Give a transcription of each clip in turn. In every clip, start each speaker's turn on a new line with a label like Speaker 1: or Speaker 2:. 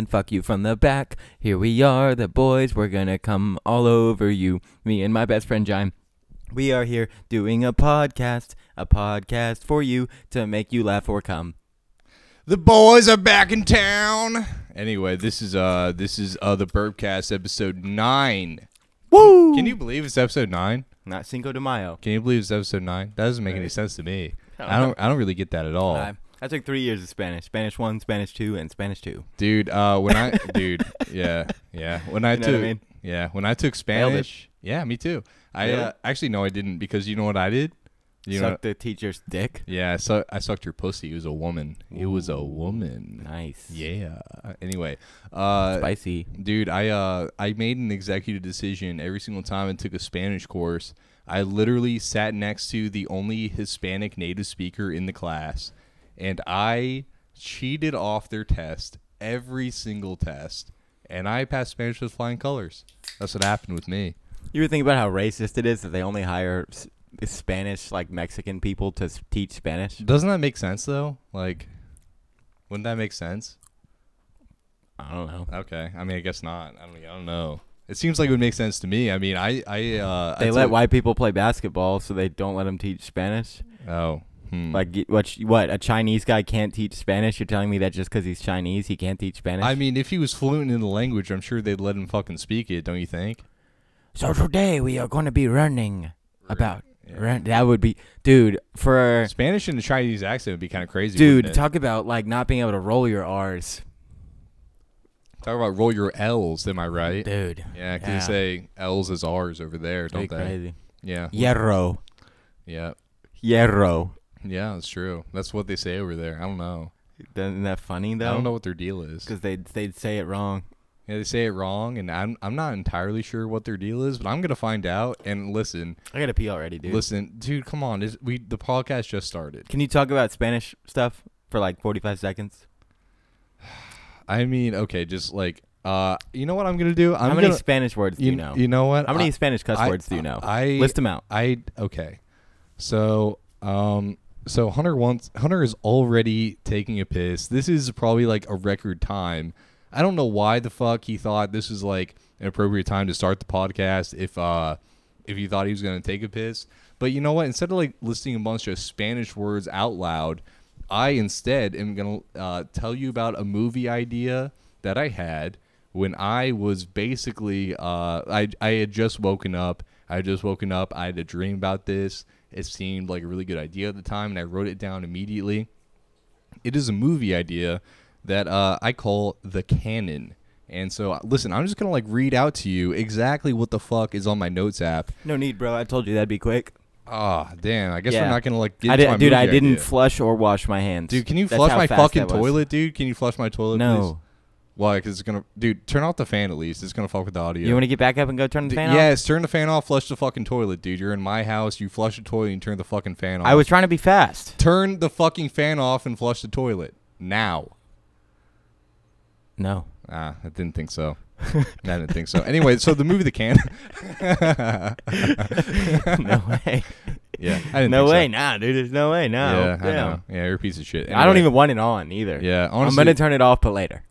Speaker 1: and fuck you from the back. Here we are, the boys. We're gonna come all over you. Me and my best friend Jime. We are here doing a podcast, a podcast for you to make you laugh or come.
Speaker 2: The boys are back in town. Anyway, this is uh this is uh the Burbcast episode nine.
Speaker 1: Woo!
Speaker 2: Can you believe it's episode nine?
Speaker 1: Not Cinco de Mayo.
Speaker 2: Can you believe it's episode nine? That doesn't make any sense to me.
Speaker 1: I
Speaker 2: I don't I don't really get that at all.
Speaker 1: I, I took three years of Spanish: Spanish one, Spanish two, and Spanish two.
Speaker 2: Dude, uh when I dude, yeah, yeah. When I
Speaker 1: know
Speaker 2: took
Speaker 1: what I mean?
Speaker 2: yeah, when I took
Speaker 1: Nailed it.
Speaker 2: Spanish. Yeah, me too. I
Speaker 1: Really?
Speaker 2: uh, actually no I didn't because you know what I did? You know
Speaker 1: Suck the teacher's dick.
Speaker 2: Yeah, I suck I sucked your pussy. It was a woman. It was a woman.
Speaker 1: Nice.
Speaker 2: Yeah. Anyway, uh
Speaker 1: Spicy.
Speaker 2: Dude, I uh I made an executive decision every single time I took a Spanish course. I literally sat next to the only Hispanic native speaker in the class and I cheated off their test every single test and I passed Spanish with flying colors. That's what happened with me.
Speaker 1: You were thinking about how racist it is that they only hire s- Spanish, like Mexican people, to s- teach Spanish.
Speaker 2: Doesn't that make sense though? Like wouldn't that make sense?
Speaker 1: I don't know.
Speaker 2: Okay. I mean, I guess not. I don't I don't know. It seems like it would make sense to me. I mean, I I uh I
Speaker 1: They let
Speaker 2: took-
Speaker 1: white people play basketball, so they don't let them teach Spanish.
Speaker 2: Oh. Hmm.
Speaker 1: Like y- what? sh- What? A Chinese guy can't teach Spanish? You're telling me that just because he's Chinese, he can't teach Spanish?
Speaker 2: I mean, if he was fluent in the language, I'm sure they'd let him fucking speak it, don't you think?
Speaker 1: so today we are going to be running about. Run, that would be, dude. For
Speaker 2: Spanish and a Chinese accent would be kind of crazy.
Speaker 1: dude,
Speaker 2: wouldn't it?
Speaker 1: talk about like not being able to roll your R's,
Speaker 2: talk about roll your L's. Am I right?
Speaker 1: dude.
Speaker 2: Yeah, 'cause they say L's as R's over there,
Speaker 1: Pretty
Speaker 2: don't they?
Speaker 1: crazy.
Speaker 2: Yeah,
Speaker 1: Hierro,
Speaker 2: yeah,
Speaker 1: hierro.
Speaker 2: yeah. That's true. That's what they say over there. I don't know.
Speaker 1: Isn't that funny though?
Speaker 2: I don't know what their deal is.
Speaker 1: because they'd they'd say it wrong.
Speaker 2: Yeah, they say it wrong, and I'm I'm not entirely sure what their deal is, but I'm gonna find out. And listen,
Speaker 1: I gotta pee already, dude.
Speaker 2: listen, dude, come on. Is, we the podcast just started.
Speaker 1: Can you talk about Spanish stuff for like 45 seconds?
Speaker 2: I mean, okay, just like uh, you know what I'm gonna do? I'm
Speaker 1: How many
Speaker 2: gonna,
Speaker 1: Spanish words do you, know?
Speaker 2: You know what?
Speaker 1: How many
Speaker 2: I-
Speaker 1: Spanish cuss
Speaker 2: I-
Speaker 1: words do you know?
Speaker 2: I-
Speaker 1: List them out.
Speaker 2: I okay. So um so Hunter wants Hunter is already taking a piss. This is probably like a record time. I don't know why the fuck he thought this was like an appropriate time to start the podcast if uh if he thought he was gonna take a piss. But you know what? Instead of like listing a bunch of Spanish words out loud, I instead am gonna uh, tell you about a movie idea that I had when I was basically uh, I I had just woken up. I had just woken up. I had a dream about this. It seemed like a really good idea at the time, and I wrote it down immediately. It is a movie idea that uh, I call the canon. And so, uh, listen, I'm just gonna like read out to you exactly what the fuck is on my notes app.
Speaker 1: No need, bro. I told you that'd be quick.
Speaker 2: Ah, damn. I guess
Speaker 1: Yeah.
Speaker 2: we're not gonna like get
Speaker 1: I
Speaker 2: into
Speaker 1: did,
Speaker 2: my
Speaker 1: dude, I
Speaker 2: movie
Speaker 1: didn't
Speaker 2: idea.
Speaker 1: flush or wash my hands.
Speaker 2: Dude, can you
Speaker 1: That's
Speaker 2: flush
Speaker 1: how
Speaker 2: my
Speaker 1: fast
Speaker 2: fucking
Speaker 1: that was.
Speaker 2: toilet, dude? Can you flush my toilet? Please?
Speaker 1: No.
Speaker 2: Why? Because it's gonna, dude. Turn off the fan at least. It's gonna fuck with the audio.
Speaker 1: You want to get back up and go turn the
Speaker 2: D-
Speaker 1: fan off?
Speaker 2: yes, turn the fan off. Flush the fucking toilet, dude. You're in my house. You flush the toilet and turn the fucking fan off.
Speaker 1: I was trying to be fast.
Speaker 2: turn the fucking fan off and flush the toilet now.
Speaker 1: No.
Speaker 2: Ah, I didn't think so. I didn't think so. Anyway, so the movie The Can.
Speaker 1: no way.
Speaker 2: yeah, I didn't
Speaker 1: No
Speaker 2: think so.
Speaker 1: way. Nah, dude. There's no way. No.
Speaker 2: Yeah, I
Speaker 1: Damn.
Speaker 2: know. Yeah, you're a piece of shit.
Speaker 1: I don't
Speaker 2: Anyway,
Speaker 1: even want it on either.
Speaker 2: Yeah,
Speaker 1: I'm
Speaker 2: honestly-
Speaker 1: going to turn it off, but later.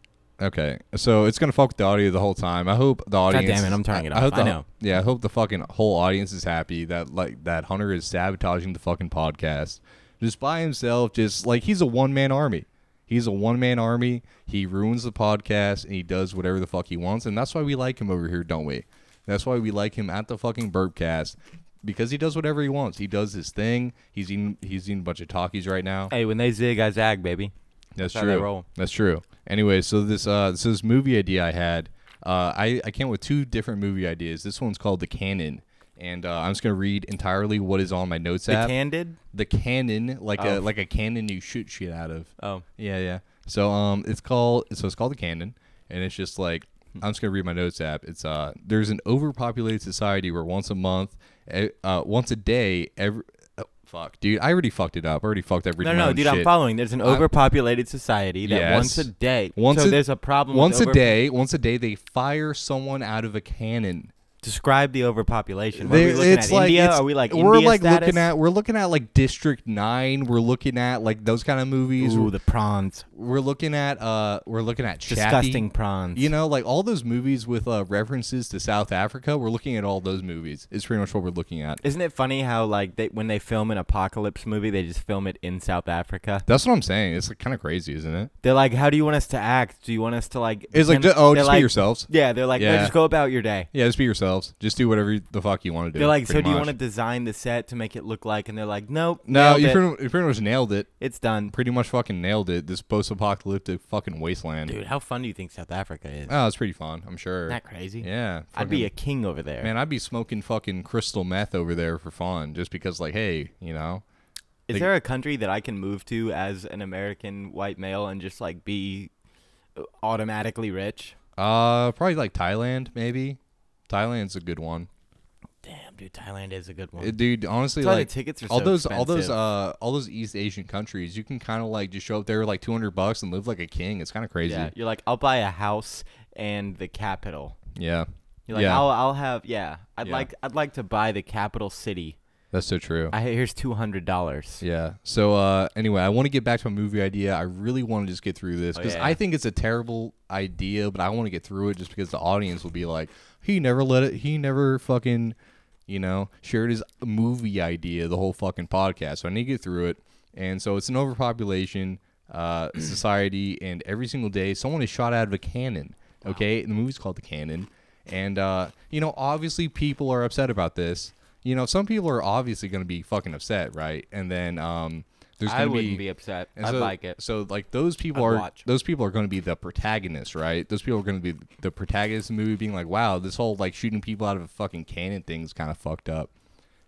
Speaker 2: Okay, so it's gonna fuck with the audio the whole time. I hope the audience.
Speaker 1: damn it, I'm turning it
Speaker 2: hope
Speaker 1: off.
Speaker 2: the-
Speaker 1: I know.
Speaker 2: Yeah, I hope the fucking whole audience is happy that like that Hunter is sabotaging the fucking podcast just by himself. Just like he's a one man army. He's a one man army. He ruins the podcast and he does whatever the fuck he wants, and that's why we like him over here, don't we? That's why we like him at the fucking Burpcast because he does whatever he wants. He does his thing. He's eating. He's eating a bunch of talkies right now.
Speaker 1: Hey, when they zig, I zag, baby.
Speaker 2: That's
Speaker 1: That's how
Speaker 2: true.
Speaker 1: they roll.
Speaker 2: That's true. Anyway, so this uh so this movie idea I had, uh I, I came with two different movie ideas. This one's called The Canon. And uh, I'm just gonna read entirely what is on my notes
Speaker 1: The
Speaker 2: app.
Speaker 1: candid?
Speaker 2: the canon, like a
Speaker 1: Oh.
Speaker 2: like a cannon you shoot shit out of.
Speaker 1: Oh.
Speaker 2: Yeah, yeah. So um, it's called so it's called the Canon, and it's just like
Speaker 1: Hmm.
Speaker 2: I'm just gonna read my notes app. It's uh, there's an overpopulated society where once a month, eh, uh, once a day, every oh, fuck, dude, I already fucked it up. I already fucked every.
Speaker 1: No, no, dude, I'm following. There's an overpopulated society that
Speaker 2: Yes.
Speaker 1: once a day.
Speaker 2: Once
Speaker 1: so
Speaker 2: a-
Speaker 1: there's a problem.
Speaker 2: Once
Speaker 1: with
Speaker 2: a
Speaker 1: over-
Speaker 2: day, once a day, they fire someone out of a cannon.
Speaker 1: Describe the overpopulation. Are
Speaker 2: There-
Speaker 1: we looking at India? Are we like
Speaker 2: we're
Speaker 1: India
Speaker 2: like
Speaker 1: status?
Speaker 2: looking at we're looking at like District Nine. We're looking at like those kind of movies.
Speaker 1: Ooh, the prawns.
Speaker 2: We're looking at uh we're looking at Chappie.
Speaker 1: Disgusting prawns.
Speaker 2: You know, like all those movies with uh, references to South Africa. We're looking at all those movies. Is pretty much what we're looking at.
Speaker 1: Isn't it funny how like they when they film an apocalypse movie, they just film it in South Africa?
Speaker 2: That's what I'm saying. It's like, kind of crazy, isn't it?
Speaker 1: They're like, "How do you want us to act? Do you want us to like?"
Speaker 2: It's like
Speaker 1: pretend-"
Speaker 2: ju- oh,
Speaker 1: They're
Speaker 2: just
Speaker 1: like-
Speaker 2: be yourselves.
Speaker 1: Yeah, they're like, "No,
Speaker 2: Yeah.
Speaker 1: just go about your day."
Speaker 2: Yeah, just be yourselves. Just do whatever you- the fuck you want to do.
Speaker 1: They're like,
Speaker 2: pretty
Speaker 1: "So do you
Speaker 2: much.
Speaker 1: want to design the set to make it look like?" And they're like, "Nope,
Speaker 2: No,
Speaker 1: nailed
Speaker 2: you
Speaker 1: it.
Speaker 2: pretty, you pretty much nailed it.
Speaker 1: it's done."
Speaker 2: Pretty much fucking nailed it. This post-apocalyptic fucking wasteland.
Speaker 1: Dude, how fun do you think South Africa is?
Speaker 2: Oh, it's pretty fun. I'm sure.
Speaker 1: Isn't that crazy?
Speaker 2: Yeah,
Speaker 1: I'd be a
Speaker 2: fucking-
Speaker 1: king over there.
Speaker 2: man. I'd be smoking fucking crystal meth over there for fun, just because like, hey, you know,
Speaker 1: Is
Speaker 2: Like-
Speaker 1: there a country that I can move to as an American white male and just like be automatically rich?
Speaker 2: uh, probably like Thailand, maybe. Thailand's a good one,
Speaker 1: Damn, dude, Thailand is a good one.
Speaker 2: Uh, dude. Honestly,
Speaker 1: That's why the
Speaker 2: like
Speaker 1: tickets are
Speaker 2: all
Speaker 1: so
Speaker 2: those, all those,
Speaker 1: expensive.
Speaker 2: uh, all those East Asian countries, you can kind of like just show up there with like 200 bucks and live like a king. It's kind of crazy.
Speaker 1: yeah,
Speaker 2: Yeah,
Speaker 1: you're like, I'll buy a house and the capital.
Speaker 2: yeah,
Speaker 1: You're like, I'll, I'll have, yeah, I'd
Speaker 2: Yeah.
Speaker 1: like, I'd like to buy the capital city.
Speaker 2: that's so true.
Speaker 1: I here's two hundred dollars.
Speaker 2: Yeah. So uh, anyway, I want to get back to my movie idea. I really want to just get through this
Speaker 1: Oh,
Speaker 2: because
Speaker 1: yeah,
Speaker 2: I
Speaker 1: yeah.
Speaker 2: think it's a terrible idea, but I want to get through it just because the audience will be like, he never let it. He never fucking, you know, shared his movie idea the whole fucking podcast. So I need to get through it. And so it's an overpopulation uh, society, and every single day someone is shot out of a cannon. Okay, and the movie's called The Cannon, and uh, you know, obviously people are upset about this. You know, some people are obviously going to be fucking upset, right? And then um, there's
Speaker 1: I
Speaker 2: going to
Speaker 1: wouldn't be, upset.
Speaker 2: and
Speaker 1: I
Speaker 2: so,
Speaker 1: like it.
Speaker 2: So like those people
Speaker 1: I'd
Speaker 2: are
Speaker 1: watch.
Speaker 2: those people are going to be the protagonists, right? Those people are going to be the protagonists of the movie, being like, "Wow, this whole like shooting people out of a fucking cannon thing's kind of fucked up."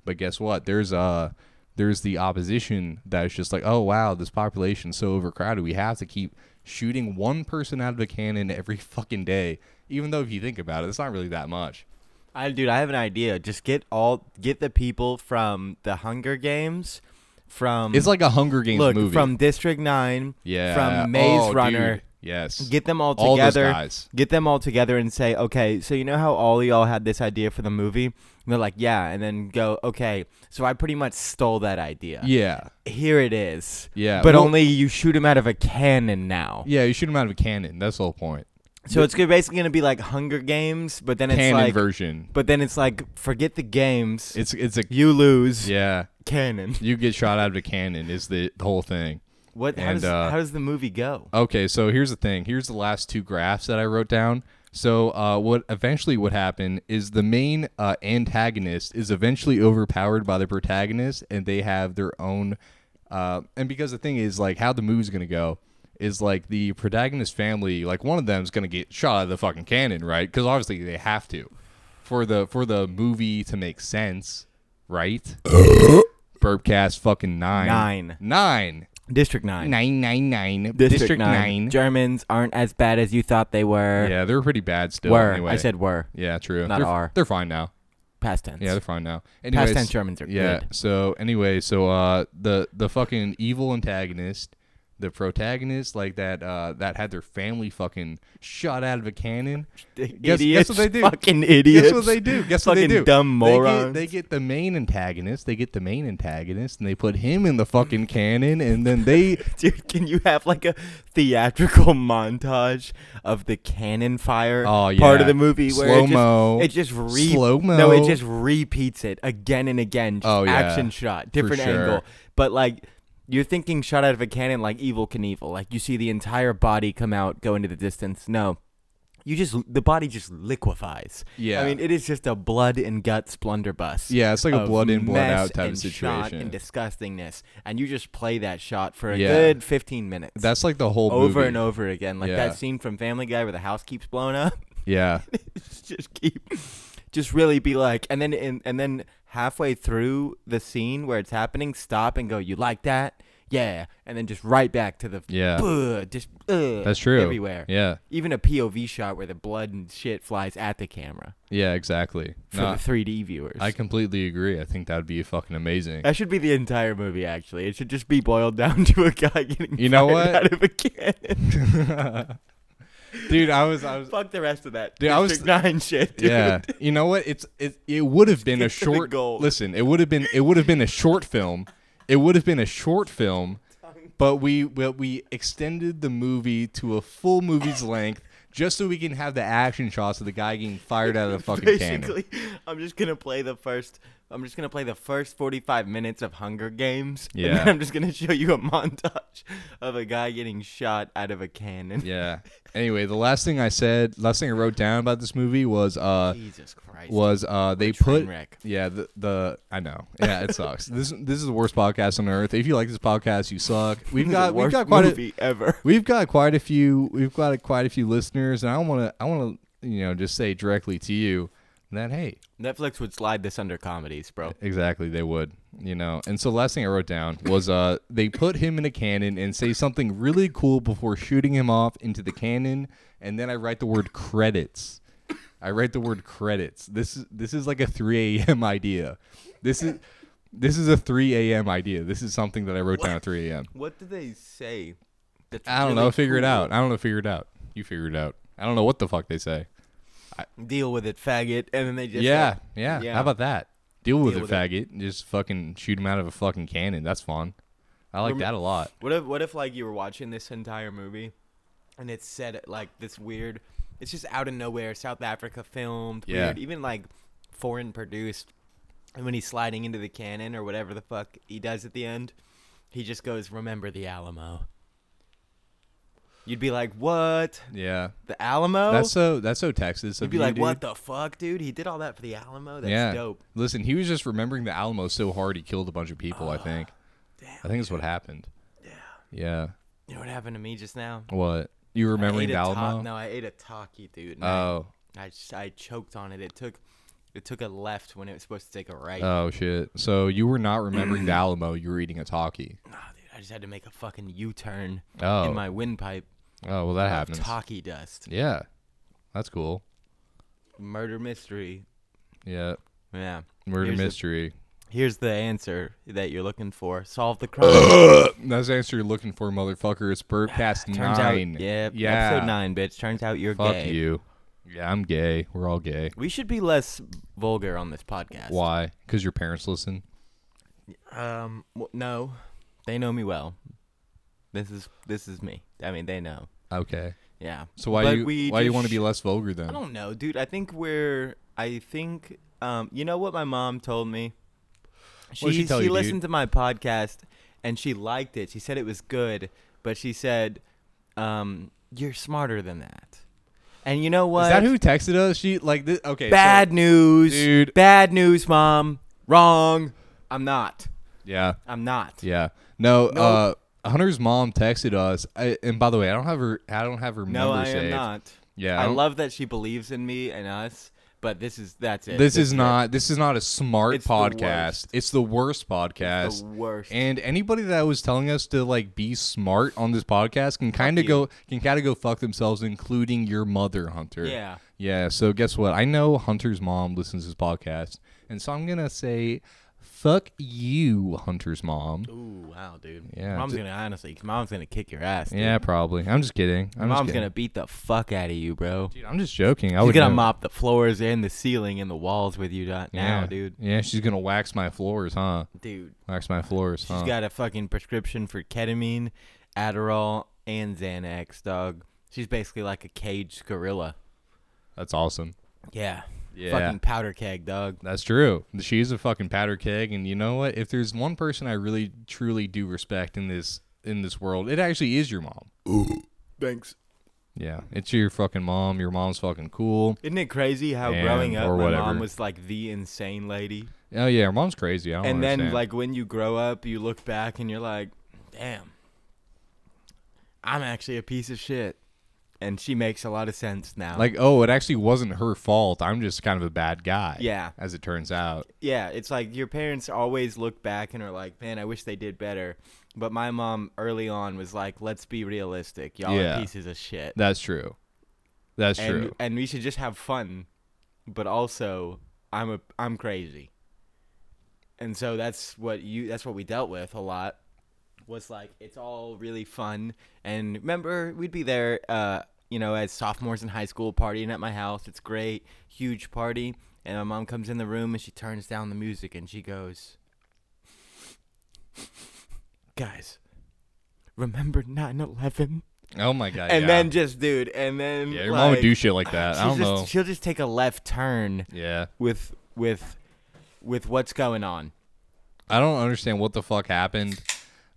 Speaker 2: But guess what? There's uh there's the opposition that is just like, "Oh wow, this population's so overcrowded. We have to keep shooting one person out of a cannon every fucking day." Even though if you think about it, it's not really that much.
Speaker 1: I dude, I have an idea. Just get all get the people from the Hunger Games, from
Speaker 2: It's like a Hunger Games
Speaker 1: look
Speaker 2: movie.
Speaker 1: from District Nine,
Speaker 2: yeah,
Speaker 1: from Maze
Speaker 2: Oh, dude.
Speaker 1: Runner.
Speaker 2: Yes.
Speaker 1: Get them all
Speaker 2: All those
Speaker 1: together.
Speaker 2: guys.
Speaker 1: Get them all together and say, okay, so you know how all of y'all had this idea for the movie? And they're like, yeah. And then go, okay, so I pretty much stole that idea.
Speaker 2: yeah.
Speaker 1: Here it is.
Speaker 2: Yeah.
Speaker 1: But
Speaker 2: well-
Speaker 1: only you shoot him out of a cannon now.
Speaker 2: Yeah, you shoot him out of a cannon. That's the whole point.
Speaker 1: So it's gonna- basically going to be like Hunger Games, but then it's
Speaker 2: cannon
Speaker 1: like,
Speaker 2: version.
Speaker 1: but then it's like, forget the games.
Speaker 2: It's it's a
Speaker 1: you lose.
Speaker 2: yeah.
Speaker 1: Cannon.
Speaker 2: You get shot out of a cannon is the, the whole thing.
Speaker 1: What? how,
Speaker 2: And,
Speaker 1: does,
Speaker 2: uh,
Speaker 1: how does the movie go?
Speaker 2: Okay, so here's the thing. Here's the last two graphs that I wrote down. So uh, what eventually would happen is the main uh, antagonist is eventually overpowered by the protagonist, and they have their own. Uh, and because the thing is, like, how the movie's gonna go is like the protagonist family, like one of them's gonna get shot out of the fucking cannon, right? Because obviously they have to for the for the movie to make sense, right? Burpcast fucking nine.
Speaker 1: Nine.
Speaker 2: Nine.
Speaker 1: District Nine.
Speaker 2: Nine nine nine.
Speaker 1: District, nine. Germans aren't as bad as you thought they were.
Speaker 2: Yeah, they're pretty bad still.
Speaker 1: were.
Speaker 2: anyway.
Speaker 1: I said were.
Speaker 2: Yeah, true.
Speaker 1: not
Speaker 2: they're,
Speaker 1: are.
Speaker 2: They're fine now.
Speaker 1: Past tense.
Speaker 2: Yeah, they're fine now. Anyways,
Speaker 1: Past tense Germans are
Speaker 2: yeah.
Speaker 1: good.
Speaker 2: So anyway, so uh, the the fucking evil antagonist, the protagonist, like that uh, that had their family fucking shot out of a cannon. Guess- guess
Speaker 1: idiots.
Speaker 2: what they do?
Speaker 1: Fucking idiots.
Speaker 2: Guess what they do? Guess what they
Speaker 1: Fucking
Speaker 2: do?
Speaker 1: dumb
Speaker 2: They get-
Speaker 1: morons.
Speaker 2: They get, the main antagonist. They get the main antagonist, and they put him in the fucking cannon, and then they
Speaker 1: Dude, can you have like a theatrical montage of the cannon fire
Speaker 2: Oh,
Speaker 1: part
Speaker 2: yeah.
Speaker 1: of the movie where it
Speaker 2: Slow-mo.
Speaker 1: just, it just re-
Speaker 2: Slow-mo.
Speaker 1: No, it just repeats it again and again. Just
Speaker 2: Oh, yeah.
Speaker 1: action shot, different
Speaker 2: sure.
Speaker 1: angle. But like you're thinking shot out of a cannon like evil Knievel. Like you see the entire body come out, go into the distance. No. You just the body just liquefies.
Speaker 2: Yeah.
Speaker 1: I mean, it is just a blood and guts blunderbuss.
Speaker 2: yeah, it's like a
Speaker 1: of
Speaker 2: blood in blood
Speaker 1: mess
Speaker 2: out type
Speaker 1: and
Speaker 2: of
Speaker 1: shot
Speaker 2: situation.
Speaker 1: and disgustingness, and you just play that shot for a
Speaker 2: Yeah.
Speaker 1: good fifteen minutes.
Speaker 2: That's like the whole
Speaker 1: over
Speaker 2: movie.
Speaker 1: and over again, like
Speaker 2: Yeah.
Speaker 1: that scene from Family Guy where the house keeps blowing up.
Speaker 2: Yeah.
Speaker 1: just keep, just really be like, and then and, and then halfway through the scene where it's happening, stop and go. You like that? Yeah, and then just right back to the
Speaker 2: Yeah.
Speaker 1: "Ugh," just "Ugh,"
Speaker 2: That's true.
Speaker 1: everywhere.
Speaker 2: Yeah.
Speaker 1: Even a POV shot where the blood and shit flies at the camera
Speaker 2: Yeah, exactly.
Speaker 1: for
Speaker 2: Nah,
Speaker 1: the 3D viewers.
Speaker 2: I completely agree. I think that would be fucking amazing.
Speaker 1: That should be the entire movie, actually. It should just be boiled down to a guy getting
Speaker 2: You know
Speaker 1: fired
Speaker 2: what?
Speaker 1: out of a cannon.
Speaker 2: dude. I was, I was,
Speaker 1: Fuck the rest of that.
Speaker 2: Dude, I was-
Speaker 1: District nine shit, dude.
Speaker 2: yeah. You know what? It's it. It would have been a
Speaker 1: Get to the
Speaker 2: short.
Speaker 1: goal.
Speaker 2: Listen, it would have been it would have been a short film. It would have been a short film, but we but we extended the movie to a full movie's length just so we can have the action shots of the guy getting fired out of the fucking cannon.
Speaker 1: Basically, I'm just gonna play the first. I'm just gonna play the first 45 minutes of Hunger Games. And
Speaker 2: Yeah.
Speaker 1: then I'm just gonna show you a montage of a guy getting shot out of a cannon.
Speaker 2: Yeah. Anyway, the last thing I said, last thing I wrote down about this movie was uh
Speaker 1: Jesus Christ.
Speaker 2: was uh they
Speaker 1: train
Speaker 2: put
Speaker 1: wreck.
Speaker 2: yeah the the I know yeah it sucks this this is the worst podcast on earth if you like this podcast you suck we've
Speaker 1: This is
Speaker 2: got
Speaker 1: the
Speaker 2: we've
Speaker 1: worst
Speaker 2: got quite a,
Speaker 1: movie ever.
Speaker 2: we've got quite a few we've got quite a few listeners and i want to i want to you know just say directly to you that hey
Speaker 1: Netflix would slide this under comedies, bro.
Speaker 2: exactly they would you know and so last thing i wrote down was uh they put him in a cannon and say something really cool before shooting him off into the cannon and then i write the word credits i write the word credits this is this is like a 3 a.m idea this is this is a 3 a.m idea this is something that i wrote down at 3 a.m
Speaker 1: What do they say? That's
Speaker 2: I don't
Speaker 1: really
Speaker 2: know. Figure it
Speaker 1: cool?
Speaker 2: out. I don't know. Figure it out. You figure it out. I don't know what the fuck they say.
Speaker 1: Deal with it, faggot. And then they just
Speaker 2: yeah,
Speaker 1: go,
Speaker 2: yeah,
Speaker 1: yeah.
Speaker 2: How about that? Deal with
Speaker 1: Deal
Speaker 2: it,
Speaker 1: with
Speaker 2: faggot. Just fucking shoot him out of a fucking cannon. That's fun. I like
Speaker 1: Rem-
Speaker 2: that a lot.
Speaker 1: What if what if like you were watching this entire movie and it said like this weird it's just out of nowhere, South Africa filmed,
Speaker 2: Yeah.
Speaker 1: weird, even like foreign produced. And when he's sliding into the cannon or whatever the fuck he does at the end, he just goes, Remember the Alamo. You'd be like, What?
Speaker 2: Yeah,
Speaker 1: The Alamo?
Speaker 2: that's so that's so Texas.
Speaker 1: Oh. You'd
Speaker 2: of
Speaker 1: be
Speaker 2: you,
Speaker 1: like,
Speaker 2: dude.
Speaker 1: What the fuck, dude? He did all that for the Alamo? That's
Speaker 2: yeah.
Speaker 1: dope.
Speaker 2: Listen, he was just remembering the Alamo so hard he killed a bunch of people. I think. I think that's what happened. Yeah.
Speaker 1: You know what happened to me just now?
Speaker 2: Yeah. What? You
Speaker 1: I
Speaker 2: remembering
Speaker 1: ate a
Speaker 2: the
Speaker 1: ta-
Speaker 2: Alamo?
Speaker 1: no, I ate a Taki, dude. and I-
Speaker 2: Oh.
Speaker 1: I just, I choked on it. It took it took a left when it was supposed to take a right.
Speaker 2: Oh shit. So you were not remembering the Alamo. You were eating a talkie.
Speaker 1: nah, dude, I just had to make a fucking U-turn
Speaker 2: Oh.
Speaker 1: in my windpipe.
Speaker 2: oh well, that
Speaker 1: of
Speaker 2: happens.
Speaker 1: Taki dust,
Speaker 2: Yeah. That's cool.
Speaker 1: murder mystery.
Speaker 2: Yeah.
Speaker 1: Yeah,
Speaker 2: Murder
Speaker 1: Here's the-
Speaker 2: mystery.
Speaker 1: here's the answer that you're looking for. Solve the crime.
Speaker 2: That's the answer you're looking for, motherfucker. It's Burt Past
Speaker 1: Turns
Speaker 2: Nine.
Speaker 1: out, yeah,
Speaker 2: Yeah.
Speaker 1: episode nine, bitch. Turns out you're
Speaker 2: Fuck
Speaker 1: gay.
Speaker 2: you. Yeah, I'm gay. We're all gay.
Speaker 1: We should be less vulgar on this podcast.
Speaker 2: Why? Because your parents listen?
Speaker 1: Um, w no, they know me well. This is this is me. I mean, they know.
Speaker 2: Okay.
Speaker 1: Yeah.
Speaker 2: So why
Speaker 1: But
Speaker 2: you
Speaker 1: we
Speaker 2: why you
Speaker 1: just
Speaker 2: want to be less vulgar then?
Speaker 1: I don't know, dude. I think we're. I think. Um, you know what my mom told me. She
Speaker 2: What'd she tell you, dude?
Speaker 1: listened to my podcast and she liked it. She said it was good, but she said, um, "You're smarter than that." And you know what?
Speaker 2: Is that who texted us? She like this okay. so-
Speaker 1: Bad news,
Speaker 2: Dude.
Speaker 1: Bad news, mom. Wrong. I'm not.
Speaker 2: yeah.
Speaker 1: I'm not.
Speaker 2: Yeah. No,
Speaker 1: No.
Speaker 2: uh Hunter's mom texted us. I, and by the way, I don't have her I don't have her
Speaker 1: No,
Speaker 2: number
Speaker 1: I
Speaker 2: saved.
Speaker 1: am not.
Speaker 2: Yeah.
Speaker 1: I
Speaker 2: don't-
Speaker 1: love that she believes in me and us, but this is that's it.
Speaker 2: this is
Speaker 1: it.
Speaker 2: not this is not a smart
Speaker 1: It's the
Speaker 2: podcast.
Speaker 1: worst.
Speaker 2: it's the worst podcast.
Speaker 1: the worst.
Speaker 2: And anybody that was telling us to like be smart on this podcast can kind of
Speaker 1: you.
Speaker 2: go can kind of go fuck themselves, including your mother, Hunter.
Speaker 1: Yeah.
Speaker 2: Yeah. So guess what? I know Hunter's mom listens to this podcast, and so I'm gonna say, fuck you, Hunter's mom.
Speaker 1: Ooh, wow, dude.
Speaker 2: Yeah,
Speaker 1: Mom's
Speaker 2: d-
Speaker 1: gonna honestly, mom's gonna kick your ass. Dude.
Speaker 2: Yeah, probably. I'm just kidding. I'm
Speaker 1: mom's
Speaker 2: just kidding.
Speaker 1: gonna beat the fuck out of you, bro.
Speaker 2: Dude, I'm just joking. I
Speaker 1: She's
Speaker 2: would
Speaker 1: gonna
Speaker 2: never-
Speaker 1: mop the floors and the ceiling and the walls with you dot
Speaker 2: Yeah.
Speaker 1: now, dude.
Speaker 2: Yeah, she's gonna wax my floors, huh?
Speaker 1: Dude,
Speaker 2: Wax my floors,
Speaker 1: she's
Speaker 2: huh?
Speaker 1: got a fucking prescription for ketamine, Adderall, and Xanax, dog. She's basically like a caged gorilla.
Speaker 2: That's awesome.
Speaker 1: Yeah.
Speaker 2: Yeah.
Speaker 1: Fucking powder keg, dog.
Speaker 2: That's true. She's a fucking powder keg, and you know what? If there's one person I really truly do respect in this in this world, it actually is your mom.
Speaker 1: Thanks.
Speaker 2: Yeah, it's your fucking mom. Your mom's fucking cool.
Speaker 1: Isn't it crazy how
Speaker 2: Man,
Speaker 1: growing up
Speaker 2: or
Speaker 1: my
Speaker 2: whatever.
Speaker 1: mom was like the insane lady?
Speaker 2: Oh yeah, your mom's crazy. I don't
Speaker 1: and then
Speaker 2: understand.
Speaker 1: like when you grow up you look back and you're like damn i'm actually a piece of shit and she makes a lot of sense now
Speaker 2: like oh, it actually wasn't her fault. I'm just kind of a bad guy.
Speaker 1: Yeah.
Speaker 2: as it turns out.
Speaker 1: yeah it's like your parents always look back and are like man i wish they did better but my mom early on was like let's be realistic y'all
Speaker 2: Yeah.
Speaker 1: are pieces of shit
Speaker 2: That's true. That's
Speaker 1: and
Speaker 2: true.
Speaker 1: and we should just have fun but also i'm a i'm crazy and so that's what you that's what we dealt with a lot was like it's all really fun and remember we'd be there uh you know, as sophomores in high school partying at my house. It's great, huge party. And my mom comes in the room and she turns down the music and she goes, Guys, remember 9 11?
Speaker 2: Oh my god.
Speaker 1: And
Speaker 2: yeah.
Speaker 1: then just, dude, and then.
Speaker 2: yeah, your mom would
Speaker 1: like,
Speaker 2: do shit like that. I
Speaker 1: she'll
Speaker 2: don't
Speaker 1: just,
Speaker 2: know.
Speaker 1: She'll just take a left turn
Speaker 2: Yeah,
Speaker 1: with with with what's going on.
Speaker 2: I don't understand what the fuck happened,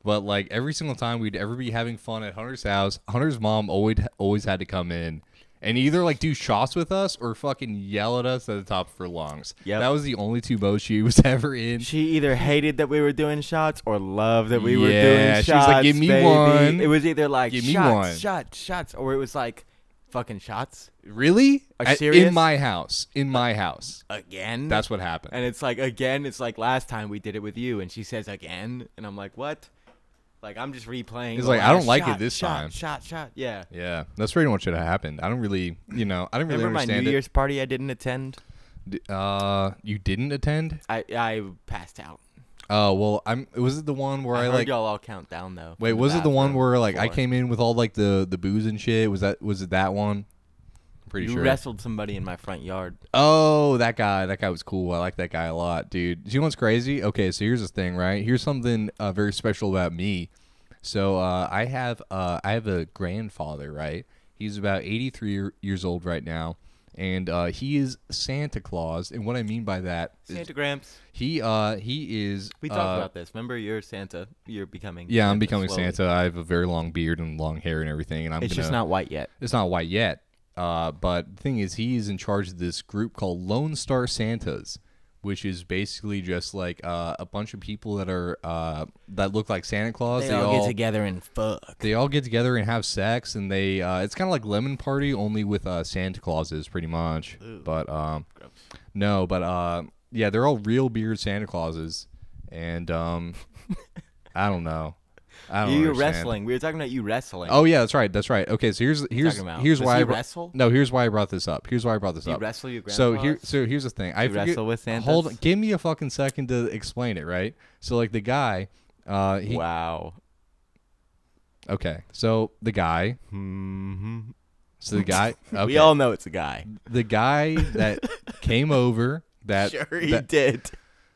Speaker 2: but like every single time we'd ever be having fun at Hunter's house, Hunter's mom always always had to come in and either like do shots with us or fucking yell at us at the top of her lungs.
Speaker 1: Yep.
Speaker 2: that was the only two modes she was ever in.
Speaker 1: She either hated that we were doing shots or loved that we were
Speaker 2: Yeah,
Speaker 1: doing shots.
Speaker 2: she was like, "Give me
Speaker 1: baby."
Speaker 2: one.
Speaker 1: It was either like
Speaker 2: Give me
Speaker 1: shots,
Speaker 2: one."
Speaker 1: shots, shots, or it was like fucking shots
Speaker 2: Really?
Speaker 1: Are
Speaker 2: At-
Speaker 1: serious?
Speaker 2: In my house. In my house.
Speaker 1: again.
Speaker 2: That's what happened.
Speaker 1: and it's like again. It's like last time we did it with you, and she says again, and I'm like, what? Like I'm just replaying.
Speaker 2: It's
Speaker 1: the
Speaker 2: like, I
Speaker 1: last
Speaker 2: don't like it
Speaker 1: shot,
Speaker 2: this
Speaker 1: shot,
Speaker 2: time.
Speaker 1: Shot, shot, yeah.
Speaker 2: Yeah, that's pretty much what happened. I don't really, you know, I don't really
Speaker 1: Remember my New
Speaker 2: understand it.
Speaker 1: Year's party I didn't attend?
Speaker 2: D- Uh, you didn't attend?
Speaker 1: I I passed out.
Speaker 2: Oh well, I'm. Was it the one where
Speaker 1: I,
Speaker 2: I,
Speaker 1: heard
Speaker 2: like?
Speaker 1: y'all all count down though.
Speaker 2: Wait,
Speaker 1: from
Speaker 2: was it the one
Speaker 1: bathroom
Speaker 2: where like I
Speaker 1: floor.
Speaker 2: came in with all like the the booze and shit? Was that was it that one? Pretty
Speaker 1: You
Speaker 2: sure.
Speaker 1: wrestled somebody in my front yard.
Speaker 2: Oh, that guy. That guy was cool. I like that guy a lot, dude. You know what's crazy? Okay, so here's the thing, right? Here's something uh, very special about me. So uh, I have uh, I have a grandfather, right? He's about 83 year- years old right now, and uh, he is Santa Claus. And what I mean by that is
Speaker 1: Santa Gramps.
Speaker 2: he uh, he is
Speaker 1: We talked
Speaker 2: uh,
Speaker 1: about this. Remember, you're Santa. You're becoming.
Speaker 2: yeah, I'm becoming
Speaker 1: slowly.
Speaker 2: Santa. I have a very long beard and long hair and everything, and I'm
Speaker 1: It's
Speaker 2: gonna,
Speaker 1: just not white yet.
Speaker 2: it's not white yet. Uh, but the thing is, he is in charge of this group called Lone Star Santas, which is basically just like uh, a bunch of people that are uh, that look like Santa Claus. They, all,
Speaker 1: together and fuck.
Speaker 2: they all get together and have sex, and they uh, it's kind of like Lemon Party only with uh, Santa Clauses, pretty much. But um,
Speaker 1: Gross.
Speaker 2: no, but uh, yeah, they're all real beard Santa Clauses, and um, I don't know. I don't
Speaker 1: You
Speaker 2: understand.
Speaker 1: wrestling. We were talking about you wrestling.
Speaker 2: Oh yeah, that's right. That's right. Okay, so here's here's
Speaker 1: about?
Speaker 2: here's
Speaker 1: Does
Speaker 2: why
Speaker 1: he
Speaker 2: I br-
Speaker 1: wrestle?
Speaker 2: No, here's why I brought this up. Here's why I brought this
Speaker 1: Do you
Speaker 2: up.
Speaker 1: wrestle your
Speaker 2: so here,
Speaker 1: grandpas?
Speaker 2: so here's the thing. I
Speaker 1: you
Speaker 2: forget,
Speaker 1: wrestle with Santas?
Speaker 2: Hold, on- give me a fucking second to explain it. Right. So like the guy, uh, he
Speaker 1: wow.
Speaker 2: okay. So the guy,
Speaker 1: hmm
Speaker 2: so the guy, okay,
Speaker 1: We all know it's a guy.
Speaker 2: the guy that came over that.
Speaker 1: sure he
Speaker 2: that-
Speaker 1: did.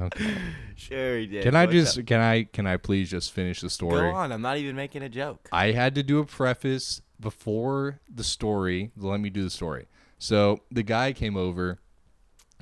Speaker 2: okay.
Speaker 1: Sure he did.
Speaker 2: Can I
Speaker 1: What's
Speaker 2: just
Speaker 1: up?
Speaker 2: can I can I please just finish the story?
Speaker 1: go on? I'm not even making a joke.
Speaker 2: I had to do a preface before the story. Let me do the story. So the guy came over,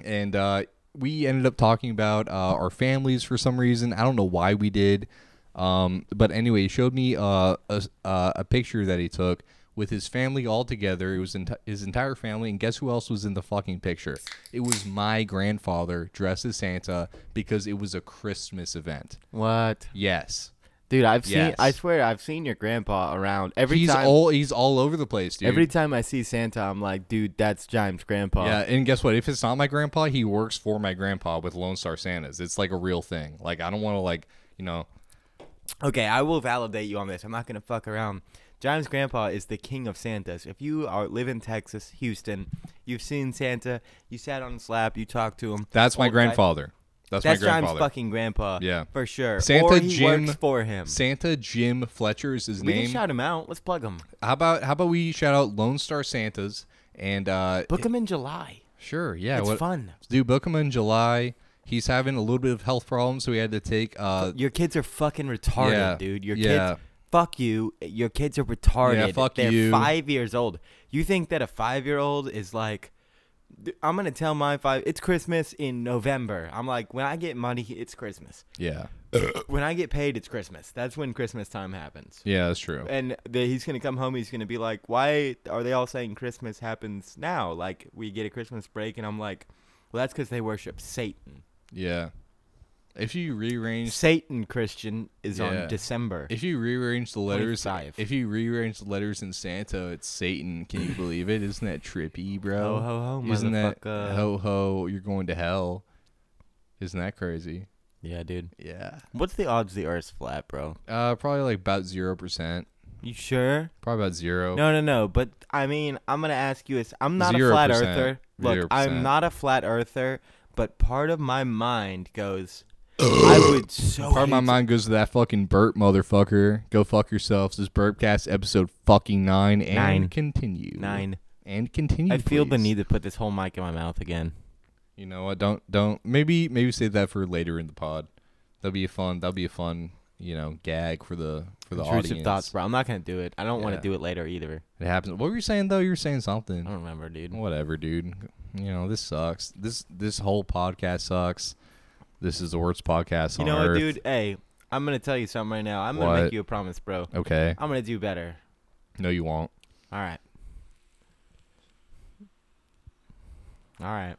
Speaker 2: and uh, we ended up talking about uh, our families for some reason. I don't know why we did, um, but anyway, he showed me uh, a uh, a picture that he took with his family all together. It was enti- his entire family, and guess who else was in the fucking picture? It was my grandfather dressed as Santa because it was a Christmas event.
Speaker 1: What,
Speaker 2: Yes.
Speaker 1: dude? I've
Speaker 2: Yes.
Speaker 1: seen. I swear, I've seen your grandpa around every
Speaker 2: he's
Speaker 1: time.
Speaker 2: all he's all over the place, dude.
Speaker 1: every time I see Santa, I'm like, dude, that's Jime's grandpa.
Speaker 2: Yeah, and guess what? If it's not my grandpa, he works for my grandpa with Lone Star Santas. It's like a real thing. Like I don't want to like you know.
Speaker 1: Okay, I will validate you on this. I'm not gonna fuck around. John's grandpa is the king of Santas. If you are live in Texas, Houston, you've seen Santa. You sat on his lap. You talked to him.
Speaker 2: That's my
Speaker 1: Old guy-
Speaker 2: grandfather. That's,
Speaker 1: That's
Speaker 2: my
Speaker 1: John's
Speaker 2: grandfather.
Speaker 1: fucking grandpa.
Speaker 2: Yeah.
Speaker 1: for sure.
Speaker 2: Santa
Speaker 1: or he
Speaker 2: Jim
Speaker 1: works for him.
Speaker 2: Santa Jim Fletcher is his
Speaker 1: we
Speaker 2: name.
Speaker 1: can shout him out. Let's plug him.
Speaker 2: how about how about we shout out Lone Star Santas and uh
Speaker 1: Book him in July.
Speaker 2: sure yeah
Speaker 1: it's
Speaker 2: what,
Speaker 1: fun.
Speaker 2: do book him in July. He's having a little bit of health problems, so he had to take uh
Speaker 1: Your kids are fucking retarded,
Speaker 2: Yeah,
Speaker 1: dude. Your
Speaker 2: yeah.
Speaker 1: kids. Fuck you. Your kids are retarded.
Speaker 2: fuck
Speaker 1: They're
Speaker 2: you.
Speaker 1: five years old. You think that a five year old is like, "D- I'm going to tell my five, it's Christmas in November. I'm like, when I get money, it's Christmas.
Speaker 2: yeah
Speaker 1: When I get paid, it's Christmas. That's when Christmas time happens.
Speaker 2: yeah that's true.
Speaker 1: And the, he's going to come home. He's going to be like, why are they all saying Christmas happens now? Like, we get a Christmas break. And I'm like, well, that's because they worship Satan.
Speaker 2: Yeah, if you rearrange
Speaker 1: Satan Christian is
Speaker 2: Yeah.
Speaker 1: on December.
Speaker 2: If you rearrange the letters,
Speaker 1: 25.
Speaker 2: if you rearrange the letters in Santa, it's Satan. Can you believe it? Isn't that trippy,
Speaker 1: Ho,
Speaker 2: bro?
Speaker 1: ho, ho,
Speaker 2: Isn't that
Speaker 1: motherfucker.
Speaker 2: ho ho? You're going to hell. Isn't that crazy?
Speaker 1: Yeah, dude.
Speaker 2: Yeah.
Speaker 1: What's the odds the Earth's flat, bro?
Speaker 2: Uh, probably like about zero percent.
Speaker 1: You sure?
Speaker 2: Probably about zero.
Speaker 1: No, no, no. But I mean, I'm gonna ask you. This. I'm not a
Speaker 2: Zero
Speaker 1: flat
Speaker 2: percent.
Speaker 1: earther. Look,
Speaker 2: Zero
Speaker 1: I'm
Speaker 2: percent.
Speaker 1: not a flat earther. But part of my mind goes, I would so.
Speaker 2: Part of my
Speaker 1: hate to-
Speaker 2: mind goes to that fucking burp motherfucker. Go fuck yourselves. This Burpcast episode fucking nine and
Speaker 1: Nine.
Speaker 2: continue.
Speaker 1: Nine.
Speaker 2: And continue.
Speaker 1: I feel the
Speaker 2: please.
Speaker 1: need to put this whole mic in my mouth again.
Speaker 2: You know what? Don't don't maybe maybe save that for later in the pod. That'll be a fun that'll be a fun, you know, gag for the for the
Speaker 1: Intrusive
Speaker 2: audience.
Speaker 1: thoughts, bro. I'm not gonna do it. I don't want
Speaker 2: Yeah.
Speaker 1: to do it later either.
Speaker 2: It happens. What were you saying though? You were saying
Speaker 1: I
Speaker 2: something.
Speaker 1: don't remember, dude.
Speaker 2: Whatever, dude. You know, this sucks. This this whole podcast sucks. This is the worst podcast
Speaker 1: You
Speaker 2: on
Speaker 1: know what,
Speaker 2: earth.
Speaker 1: dude? Hey, I'm gonna tell you something right now. I'm gonna
Speaker 2: What?
Speaker 1: make you a promise, bro.
Speaker 2: Okay.
Speaker 1: I'm gonna do better.
Speaker 2: No you won't.
Speaker 1: All right. All right.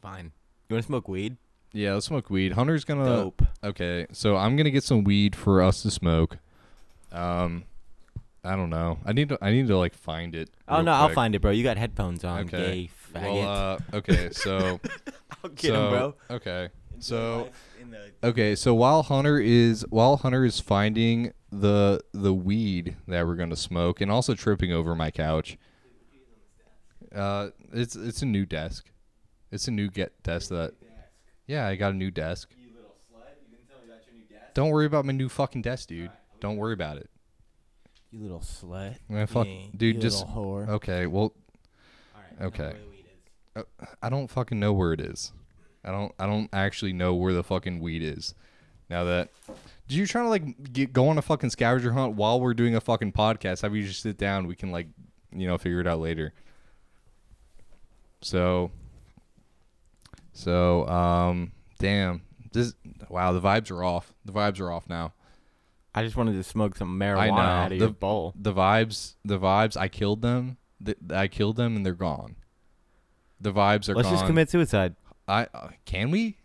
Speaker 1: Fine. You want to smoke weed?
Speaker 2: Yeah, let's smoke weed. Hunter's gonna
Speaker 1: Dope.
Speaker 2: Okay, so I'm gonna get some weed for us to smoke. Um, I don't know. I need to. I need to like find it.
Speaker 1: Oh
Speaker 2: real
Speaker 1: no, I'll
Speaker 2: quick.
Speaker 1: find it, bro. You got headphones on,
Speaker 2: Okay.
Speaker 1: gay faggot.
Speaker 2: Well, uh, okay, so
Speaker 1: I'll get
Speaker 2: so,
Speaker 1: him, bro.
Speaker 2: Okay, so okay, so while Hunter is while Hunter is finding the the weed that we're gonna smoke, and also tripping over my couch. Uh, it's it's a new desk. It's a new get desk that. Yeah, I got a new desk. Don't worry about my new fucking desk, dude. Don't worry about it.
Speaker 1: You little slut.
Speaker 2: Yeah, fuck-
Speaker 1: You-
Speaker 2: dude,
Speaker 1: you
Speaker 2: just-
Speaker 1: little whore.
Speaker 2: Okay, well, okay. I don't fucking know where it is. I don't. I don't actually know where the fucking weed is. Now that, do you trying to like get, go on a fucking scavenger hunt while we're doing a fucking podcast? Have you just sit down? We can like, you know, figure it out later. So. So um, damn. This wow, the vibes are off. The vibes are off now.
Speaker 1: I just wanted to smoke some
Speaker 2: I
Speaker 1: marijuana
Speaker 2: know,
Speaker 1: out of your
Speaker 2: the-
Speaker 1: bowl.
Speaker 2: The vibes. The vibes. I killed them. Th- I killed them, and they're gone. The vibes are
Speaker 1: Let's
Speaker 2: gone.
Speaker 1: just commit suicide.
Speaker 2: I uh, can we?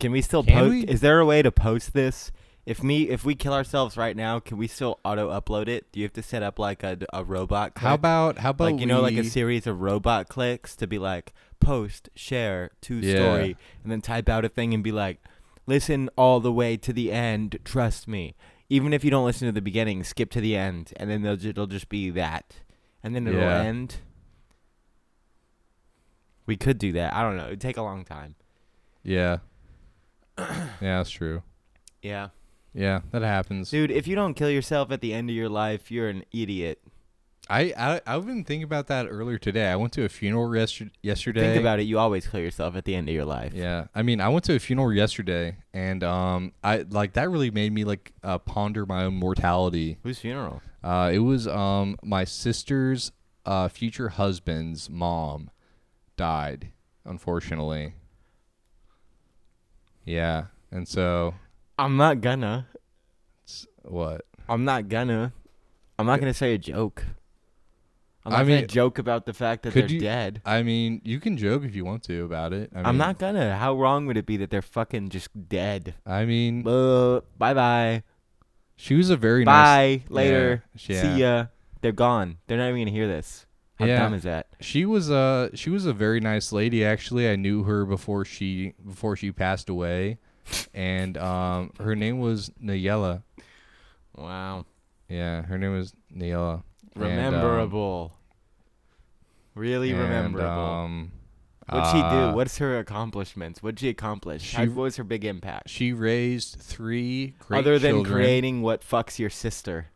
Speaker 1: Can we still
Speaker 2: Can
Speaker 1: post?
Speaker 2: we?
Speaker 1: Is there a way to post this? If me, if we kill ourselves right now, can we still auto upload it? Do you have to set up like a, a robot?
Speaker 2: How
Speaker 1: click?
Speaker 2: about how about
Speaker 1: like you know, like a
Speaker 2: we-
Speaker 1: series of robot clicks to be like post, share, to
Speaker 2: Yeah.
Speaker 1: story, and then type out a thing and be like, listen all the way to the end. Trust me. Even if you don't listen to the beginning, skip to the end, and then they'll ju- it'll just be that, and then it'll
Speaker 2: Yeah.
Speaker 1: end. We could do that. I don't know. It'd take a long time.
Speaker 2: Yeah. yeah, that's true.
Speaker 1: Yeah.
Speaker 2: Yeah, that happens.
Speaker 1: Dude, if you don't kill yourself at the end of your life, you're an idiot.
Speaker 2: I, I I've been thinking about that earlier today. I went to a funeral yesterday. Yesterday.
Speaker 1: Think about it. You always kill yourself at the end of your life.
Speaker 2: Yeah, I mean, I went to a funeral yesterday, and um, I like that really made me like uh, ponder my own mortality.
Speaker 1: Whose funeral?
Speaker 2: Uh, it was um my sister's uh future husband's mom died, unfortunately. Yeah, and so
Speaker 1: I'm not gonna.
Speaker 2: it's- what?
Speaker 1: I'm not gonna. I'm not gonna say a joke. I'm not
Speaker 2: I
Speaker 1: gonna
Speaker 2: mean,
Speaker 1: joke about the fact that
Speaker 2: could
Speaker 1: they're
Speaker 2: you-
Speaker 1: dead.
Speaker 2: I mean, you can joke if you want to about it. I mean,
Speaker 1: I am not gonna. How wrong would it be that they're fucking just dead?
Speaker 2: I mean,
Speaker 1: Bye bye.
Speaker 2: she was a very
Speaker 1: Uh,
Speaker 2: nice.
Speaker 1: Bye. Later.
Speaker 2: yeah.
Speaker 1: See ya. They're gone. They're not even gonna hear this. How
Speaker 2: Yeah.
Speaker 1: dumb is that?
Speaker 2: She was a she was a very nice lady. Actually, I knew her before she before she passed away, and um, her name was Nayela.
Speaker 1: Wow.
Speaker 2: Yeah, her name was Nayela. And, um,
Speaker 1: Rememberable. really
Speaker 2: and,
Speaker 1: rememberable.
Speaker 2: um,
Speaker 1: What'd she
Speaker 2: uh,
Speaker 1: do? What's her accomplishments? What'd she accomplish? How-
Speaker 2: she-
Speaker 1: what was her big impact?
Speaker 2: She raised three great
Speaker 1: Other than
Speaker 2: children.
Speaker 1: creating what fucks your sister.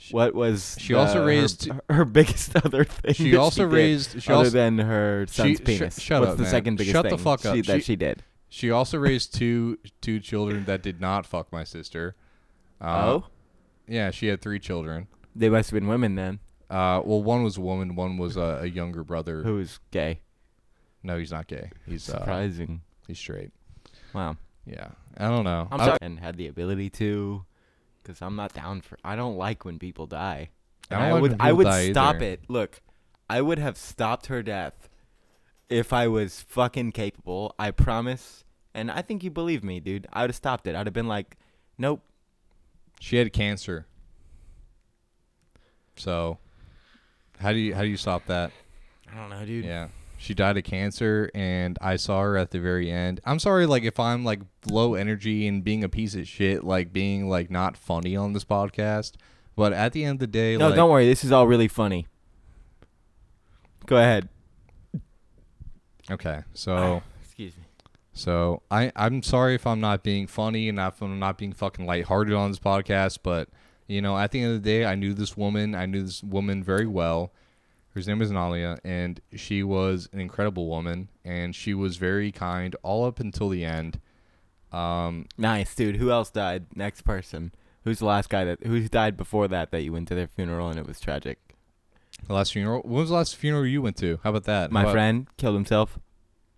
Speaker 2: She-
Speaker 1: What was
Speaker 2: she also
Speaker 1: the- her-
Speaker 2: raised-
Speaker 1: her, biggest other thing?
Speaker 2: She
Speaker 1: that
Speaker 2: also
Speaker 1: did,
Speaker 2: raised. She
Speaker 1: other
Speaker 2: also,
Speaker 1: than her son's
Speaker 2: sh-
Speaker 1: penis.
Speaker 2: shut
Speaker 1: What's
Speaker 2: up,
Speaker 1: the
Speaker 2: man.
Speaker 1: second biggest
Speaker 2: Shut the
Speaker 1: thing
Speaker 2: fuck up.
Speaker 1: she- that
Speaker 2: She-
Speaker 1: she did?
Speaker 2: she also raised two two children that did not fuck my sister. Uh,
Speaker 1: oh,
Speaker 2: Yeah, she had three children.
Speaker 1: they must have been women then.
Speaker 2: Uh, well, one was a woman, one was a, a younger brother.
Speaker 1: Who's gay?
Speaker 2: No, he's not gay. He's uh,
Speaker 1: Surprising.
Speaker 2: he's straight.
Speaker 1: Wow.
Speaker 2: Yeah, I don't know.
Speaker 1: I'm
Speaker 2: I-
Speaker 1: sorry. And had the ability to, because I'm not down for. I don't like when people die. And
Speaker 2: don't
Speaker 1: I,
Speaker 2: like
Speaker 1: would.
Speaker 2: when
Speaker 1: I
Speaker 2: people
Speaker 1: would
Speaker 2: die
Speaker 1: stop
Speaker 2: either.
Speaker 1: it. Look, I would have stopped her death if I was fucking capable. I promise. And I think you believe me, dude. I would have stopped it. I'd have been like, nope.
Speaker 2: She had cancer. So, how do you how do you stop that?
Speaker 1: I don't know, dude.
Speaker 2: Yeah. She died of cancer, and I saw her at the very end. I'm sorry, like, if I'm like low energy and being a piece of shit, like being like not funny on this podcast. But at the end of the day,
Speaker 1: No,
Speaker 2: like,
Speaker 1: don't worry. This is all really funny. Go ahead.
Speaker 2: okay. So, Oh.
Speaker 1: Excuse me.
Speaker 2: So I I'm sorry if I'm not being funny and if I'm not being fucking lighthearted on this podcast, but you know at the end of the day I knew this woman I knew this woman very well. Her name is Nalia, and she was an incredible woman, and she was very kind all up until the end. Um,
Speaker 1: Nice, dude. Who else died? Next person. Who's the last guy that who died before that that you went to their funeral and it was tragic?
Speaker 2: the last funeral. When was the last funeral you went to? How about that?
Speaker 1: My
Speaker 2: How about-
Speaker 1: friend killed himself.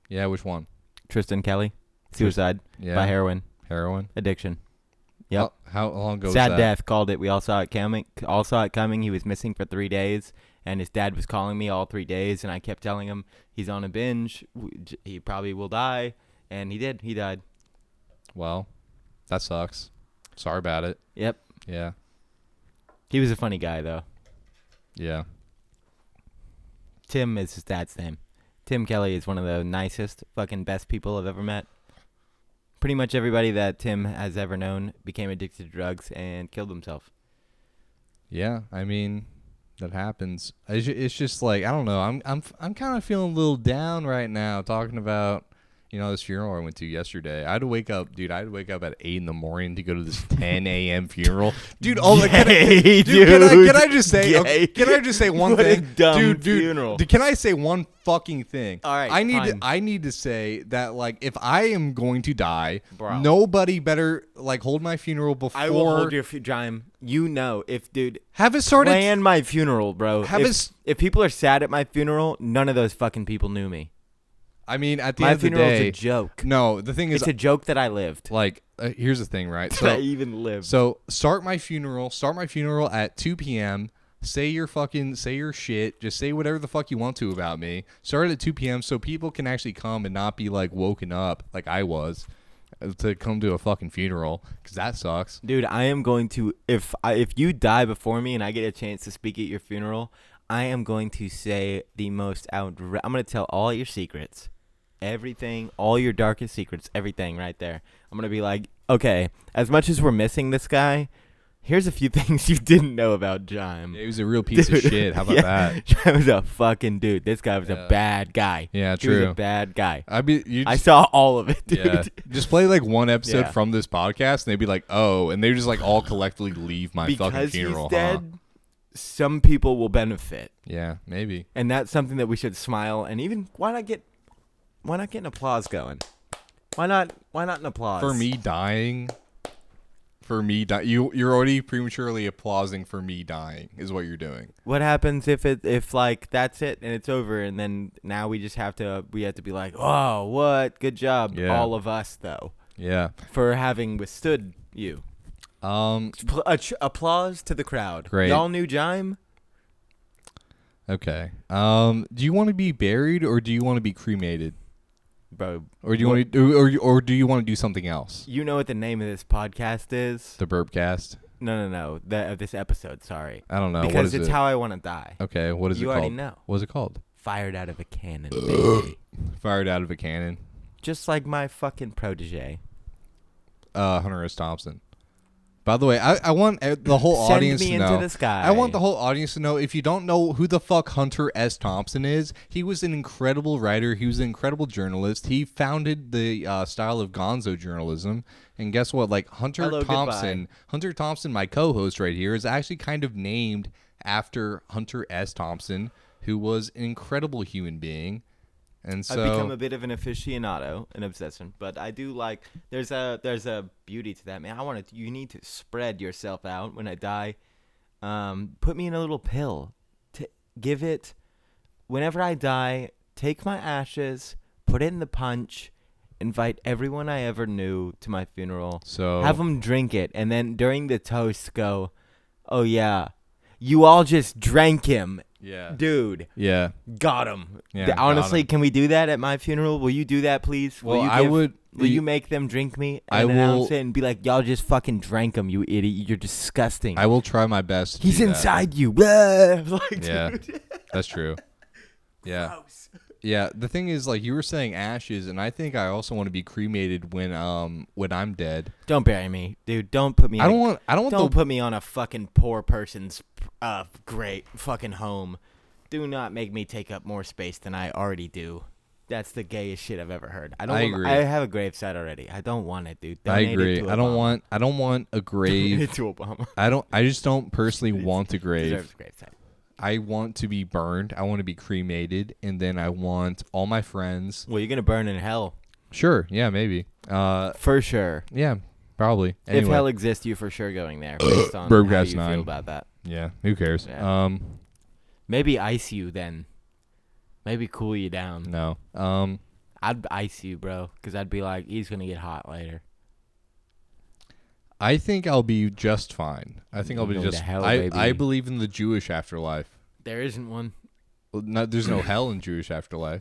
Speaker 2: Yeah, which one?
Speaker 1: Tristan Kelly, suicide
Speaker 2: Yeah,
Speaker 1: by heroin
Speaker 2: heroin.
Speaker 1: addiction. Yep.
Speaker 2: How, how long ago? was
Speaker 1: Sad
Speaker 2: that?
Speaker 1: death. Called it. We all saw it coming. All saw it coming. He was missing for three days, and his dad was calling me all three days, and I kept telling him he's on a binge. w- j- He probably will die, and he did. He died.
Speaker 2: Well, that sucks. Sorry about it.
Speaker 1: Yep.
Speaker 2: Yeah.
Speaker 1: He was a funny guy though.
Speaker 2: Yeah.
Speaker 1: Tim is his dad's name. Tim Kelly is one of the nicest, fucking best people I've ever met. Pretty much everybody that Tim has ever known became addicted to drugs and killed himself.
Speaker 2: Yeah, I mean, that happens. It's ju- it's just like I don't know. I'm I'm f- I'm kind of feeling a little down right now talking about you know this funeral I went to yesterday. I had to wake up, dude. I had to wake up at eight in the morning to go to this 10 a.m. funeral, dude. All the can I,
Speaker 1: Yay,
Speaker 2: dude, Can, I, can I
Speaker 1: dude.
Speaker 2: just say? okay,
Speaker 1: Yay.
Speaker 2: can I just say one
Speaker 1: What a
Speaker 2: thing,
Speaker 1: dumb
Speaker 2: dude? Dude,
Speaker 1: funeral.
Speaker 2: dude, can I say one fucking thing?
Speaker 1: All right,
Speaker 2: I need to,
Speaker 1: fine.
Speaker 2: I need to say that like if I am going to die,
Speaker 1: Bro.
Speaker 2: nobody better like hold my funeral before
Speaker 1: I will hold your fu- dime. You know, if dude
Speaker 2: have it started.
Speaker 1: plan my funeral, bro.
Speaker 2: Have
Speaker 1: if,
Speaker 2: us-
Speaker 1: if people are sad at my funeral, none of those fucking people knew me.
Speaker 2: I mean, at the
Speaker 1: My
Speaker 2: end of the
Speaker 1: funeral's
Speaker 2: day,
Speaker 1: a joke.
Speaker 2: No, the thing is,
Speaker 1: It's a joke that I lived.
Speaker 2: like, uh, here's the thing, right?
Speaker 1: that I
Speaker 2: So,
Speaker 1: even lived.
Speaker 2: so start my funeral. Start my funeral at 2 p.m. Say your fucking, say your shit. Just say whatever the fuck you want to about me. Start it at 2 p.m. so people can actually come and not be like woken up like I was uh, to come to a fucking funeral because that sucks.
Speaker 1: Dude, I am going to if I, if you die before me and I get a chance to speak at your funeral, I am going to say the most outra- I'm going to tell all your secrets. Everything, all your darkest secrets, everything right there. I'm going to be like, "Okay, as much as we're missing this guy, here's a few things you didn't know about Jime."
Speaker 2: Yeah, he was a real piece of
Speaker 1: Dude,
Speaker 2: shit. How about
Speaker 1: yeah,
Speaker 2: that?
Speaker 1: Jime was a fucking dude. This guy was
Speaker 2: Yeah.
Speaker 1: a bad guy.
Speaker 2: Yeah,
Speaker 1: He was
Speaker 2: true.
Speaker 1: a bad guy.
Speaker 2: I'd be, you
Speaker 1: I saw all of it, dude.
Speaker 2: Yeah. Just play like one episode
Speaker 1: Yeah.
Speaker 2: from this podcast, and they'd be like, "Oh," and they just like all collectively leave my fucking
Speaker 1: because
Speaker 2: funeral.
Speaker 1: he's
Speaker 2: huh?
Speaker 1: dead, some people will benefit.
Speaker 2: Yeah, maybe.
Speaker 1: and that's something that we should smile and even why not get why not get an applause going why not why not an applause
Speaker 2: for me dying for me di- you you're already prematurely applauding for me dying is what you're doing
Speaker 1: what happens if it if like that's it and it's over and then now we just have to we have to be like oh what good job
Speaker 2: Yeah.
Speaker 1: all of us though
Speaker 2: yeah
Speaker 1: for having withstood you
Speaker 2: um
Speaker 1: Pl- a tr- applause to the crowd
Speaker 2: Great.
Speaker 1: y'all knew jime
Speaker 2: okay um do you want to be buried or do you want to be cremated
Speaker 1: bro
Speaker 2: or do you want to or, or, or do you want to do something else
Speaker 1: you know what the name of this podcast is
Speaker 2: the burp cast
Speaker 1: no no no the, of this episode sorry
Speaker 2: i don't know Uh, what
Speaker 1: because
Speaker 2: is
Speaker 1: it's
Speaker 2: it
Speaker 1: how i want to die
Speaker 2: okay what is
Speaker 1: you
Speaker 2: it
Speaker 1: already
Speaker 2: called
Speaker 1: know
Speaker 2: what's it called
Speaker 1: fired out of a cannon baby
Speaker 2: fired out of a cannon
Speaker 1: just like my fucking protege.
Speaker 2: uh hunter s thompson by the way i i want uh, the whole
Speaker 1: Send
Speaker 2: audience
Speaker 1: me
Speaker 2: to
Speaker 1: into
Speaker 2: know
Speaker 1: the sky.
Speaker 2: I want the whole audience to know if you don't know who the fuck Hunter S. Thompson is, he was an incredible writer. He was an incredible journalist. He founded the uh, style of gonzo journalism. And guess what? Like Hunter
Speaker 1: Hello,
Speaker 2: Thompson, Hunter Thompson, my co host right here, is actually kind of named after Hunter S. Thompson, who was an incredible human being. And so,
Speaker 1: I've become a bit of an aficionado, an obsession, but I do like there's a there's a beauty to that man. I want to you need to spread yourself out when I die. Um, put me in a little pill. T- give it whenever I die. Take my ashes, put it in the punch, invite everyone I ever knew to my funeral.
Speaker 2: so
Speaker 1: Have them drink it, and then during the toast, go, "Oh yeah, you all just drank him,
Speaker 2: yeah.
Speaker 1: dude."
Speaker 2: Yeah.
Speaker 1: Got him.
Speaker 2: Yeah,
Speaker 1: Th-
Speaker 2: got
Speaker 1: honestly,
Speaker 2: him.
Speaker 1: can we do that at my funeral? Will you do that, please? Will
Speaker 2: Well,
Speaker 1: you
Speaker 2: I
Speaker 1: give-
Speaker 2: would.
Speaker 1: Will you make them drink me?
Speaker 2: I
Speaker 1: And announce
Speaker 2: will-
Speaker 1: it and be like, y'all just fucking drank him, you idiot. You're disgusting.
Speaker 2: I will try my best. to
Speaker 1: He's
Speaker 2: do that.
Speaker 1: inside you. like,
Speaker 2: Yeah.
Speaker 1: dude.
Speaker 2: That's true. Yeah.
Speaker 1: gross.
Speaker 2: Yeah, the thing is, like you were saying, ashes, and I think I also want to be cremated when um when I'm dead.
Speaker 1: Don't bury me, dude. Don't put me. in
Speaker 2: I don't
Speaker 1: a-
Speaker 2: want I don't want
Speaker 1: Don't
Speaker 2: the
Speaker 1: put me on a fucking poor person's uh great fucking home. Do not make me take up more space than I already do. That's the gayest shit I've ever heard. I don't.
Speaker 2: I
Speaker 1: want-
Speaker 2: agree.
Speaker 1: I have a gravesite already. I don't want it, dude.
Speaker 2: I
Speaker 1: Donate it
Speaker 2: agree.
Speaker 1: to
Speaker 2: I don't
Speaker 1: Obama.
Speaker 2: want. I don't want a
Speaker 1: Donate
Speaker 2: grave.
Speaker 1: it to Obama.
Speaker 2: I don't. I just don't personally want a grave.
Speaker 1: Deserves a gravesite.
Speaker 2: I want to be burned. I want to be cremated, and then I want all my friends.
Speaker 1: Well, you're gonna burn in hell
Speaker 2: Sure. Yeah. Maybe. Uh.
Speaker 1: for sure.
Speaker 2: Yeah. Probably.
Speaker 1: If
Speaker 2: Anyway.
Speaker 1: hell exists, you for sure going there based on how
Speaker 2: Bergcast
Speaker 1: you
Speaker 2: nine.
Speaker 1: feel about that.
Speaker 2: yeah. Who cares?
Speaker 1: Yeah.
Speaker 2: Um.
Speaker 1: Maybe ice you then. Maybe cool you down.
Speaker 2: No. Um.
Speaker 1: I'd ice you, bro, because I'd be like, he's gonna get hot later.
Speaker 2: I think I'll be just fine. I think I'll be
Speaker 1: Go to
Speaker 2: just.
Speaker 1: hell,
Speaker 2: I
Speaker 1: baby.
Speaker 2: I believe in the Jewish afterlife.
Speaker 1: There isn't one.
Speaker 2: Well, Not, there's no hell in Jewish afterlife.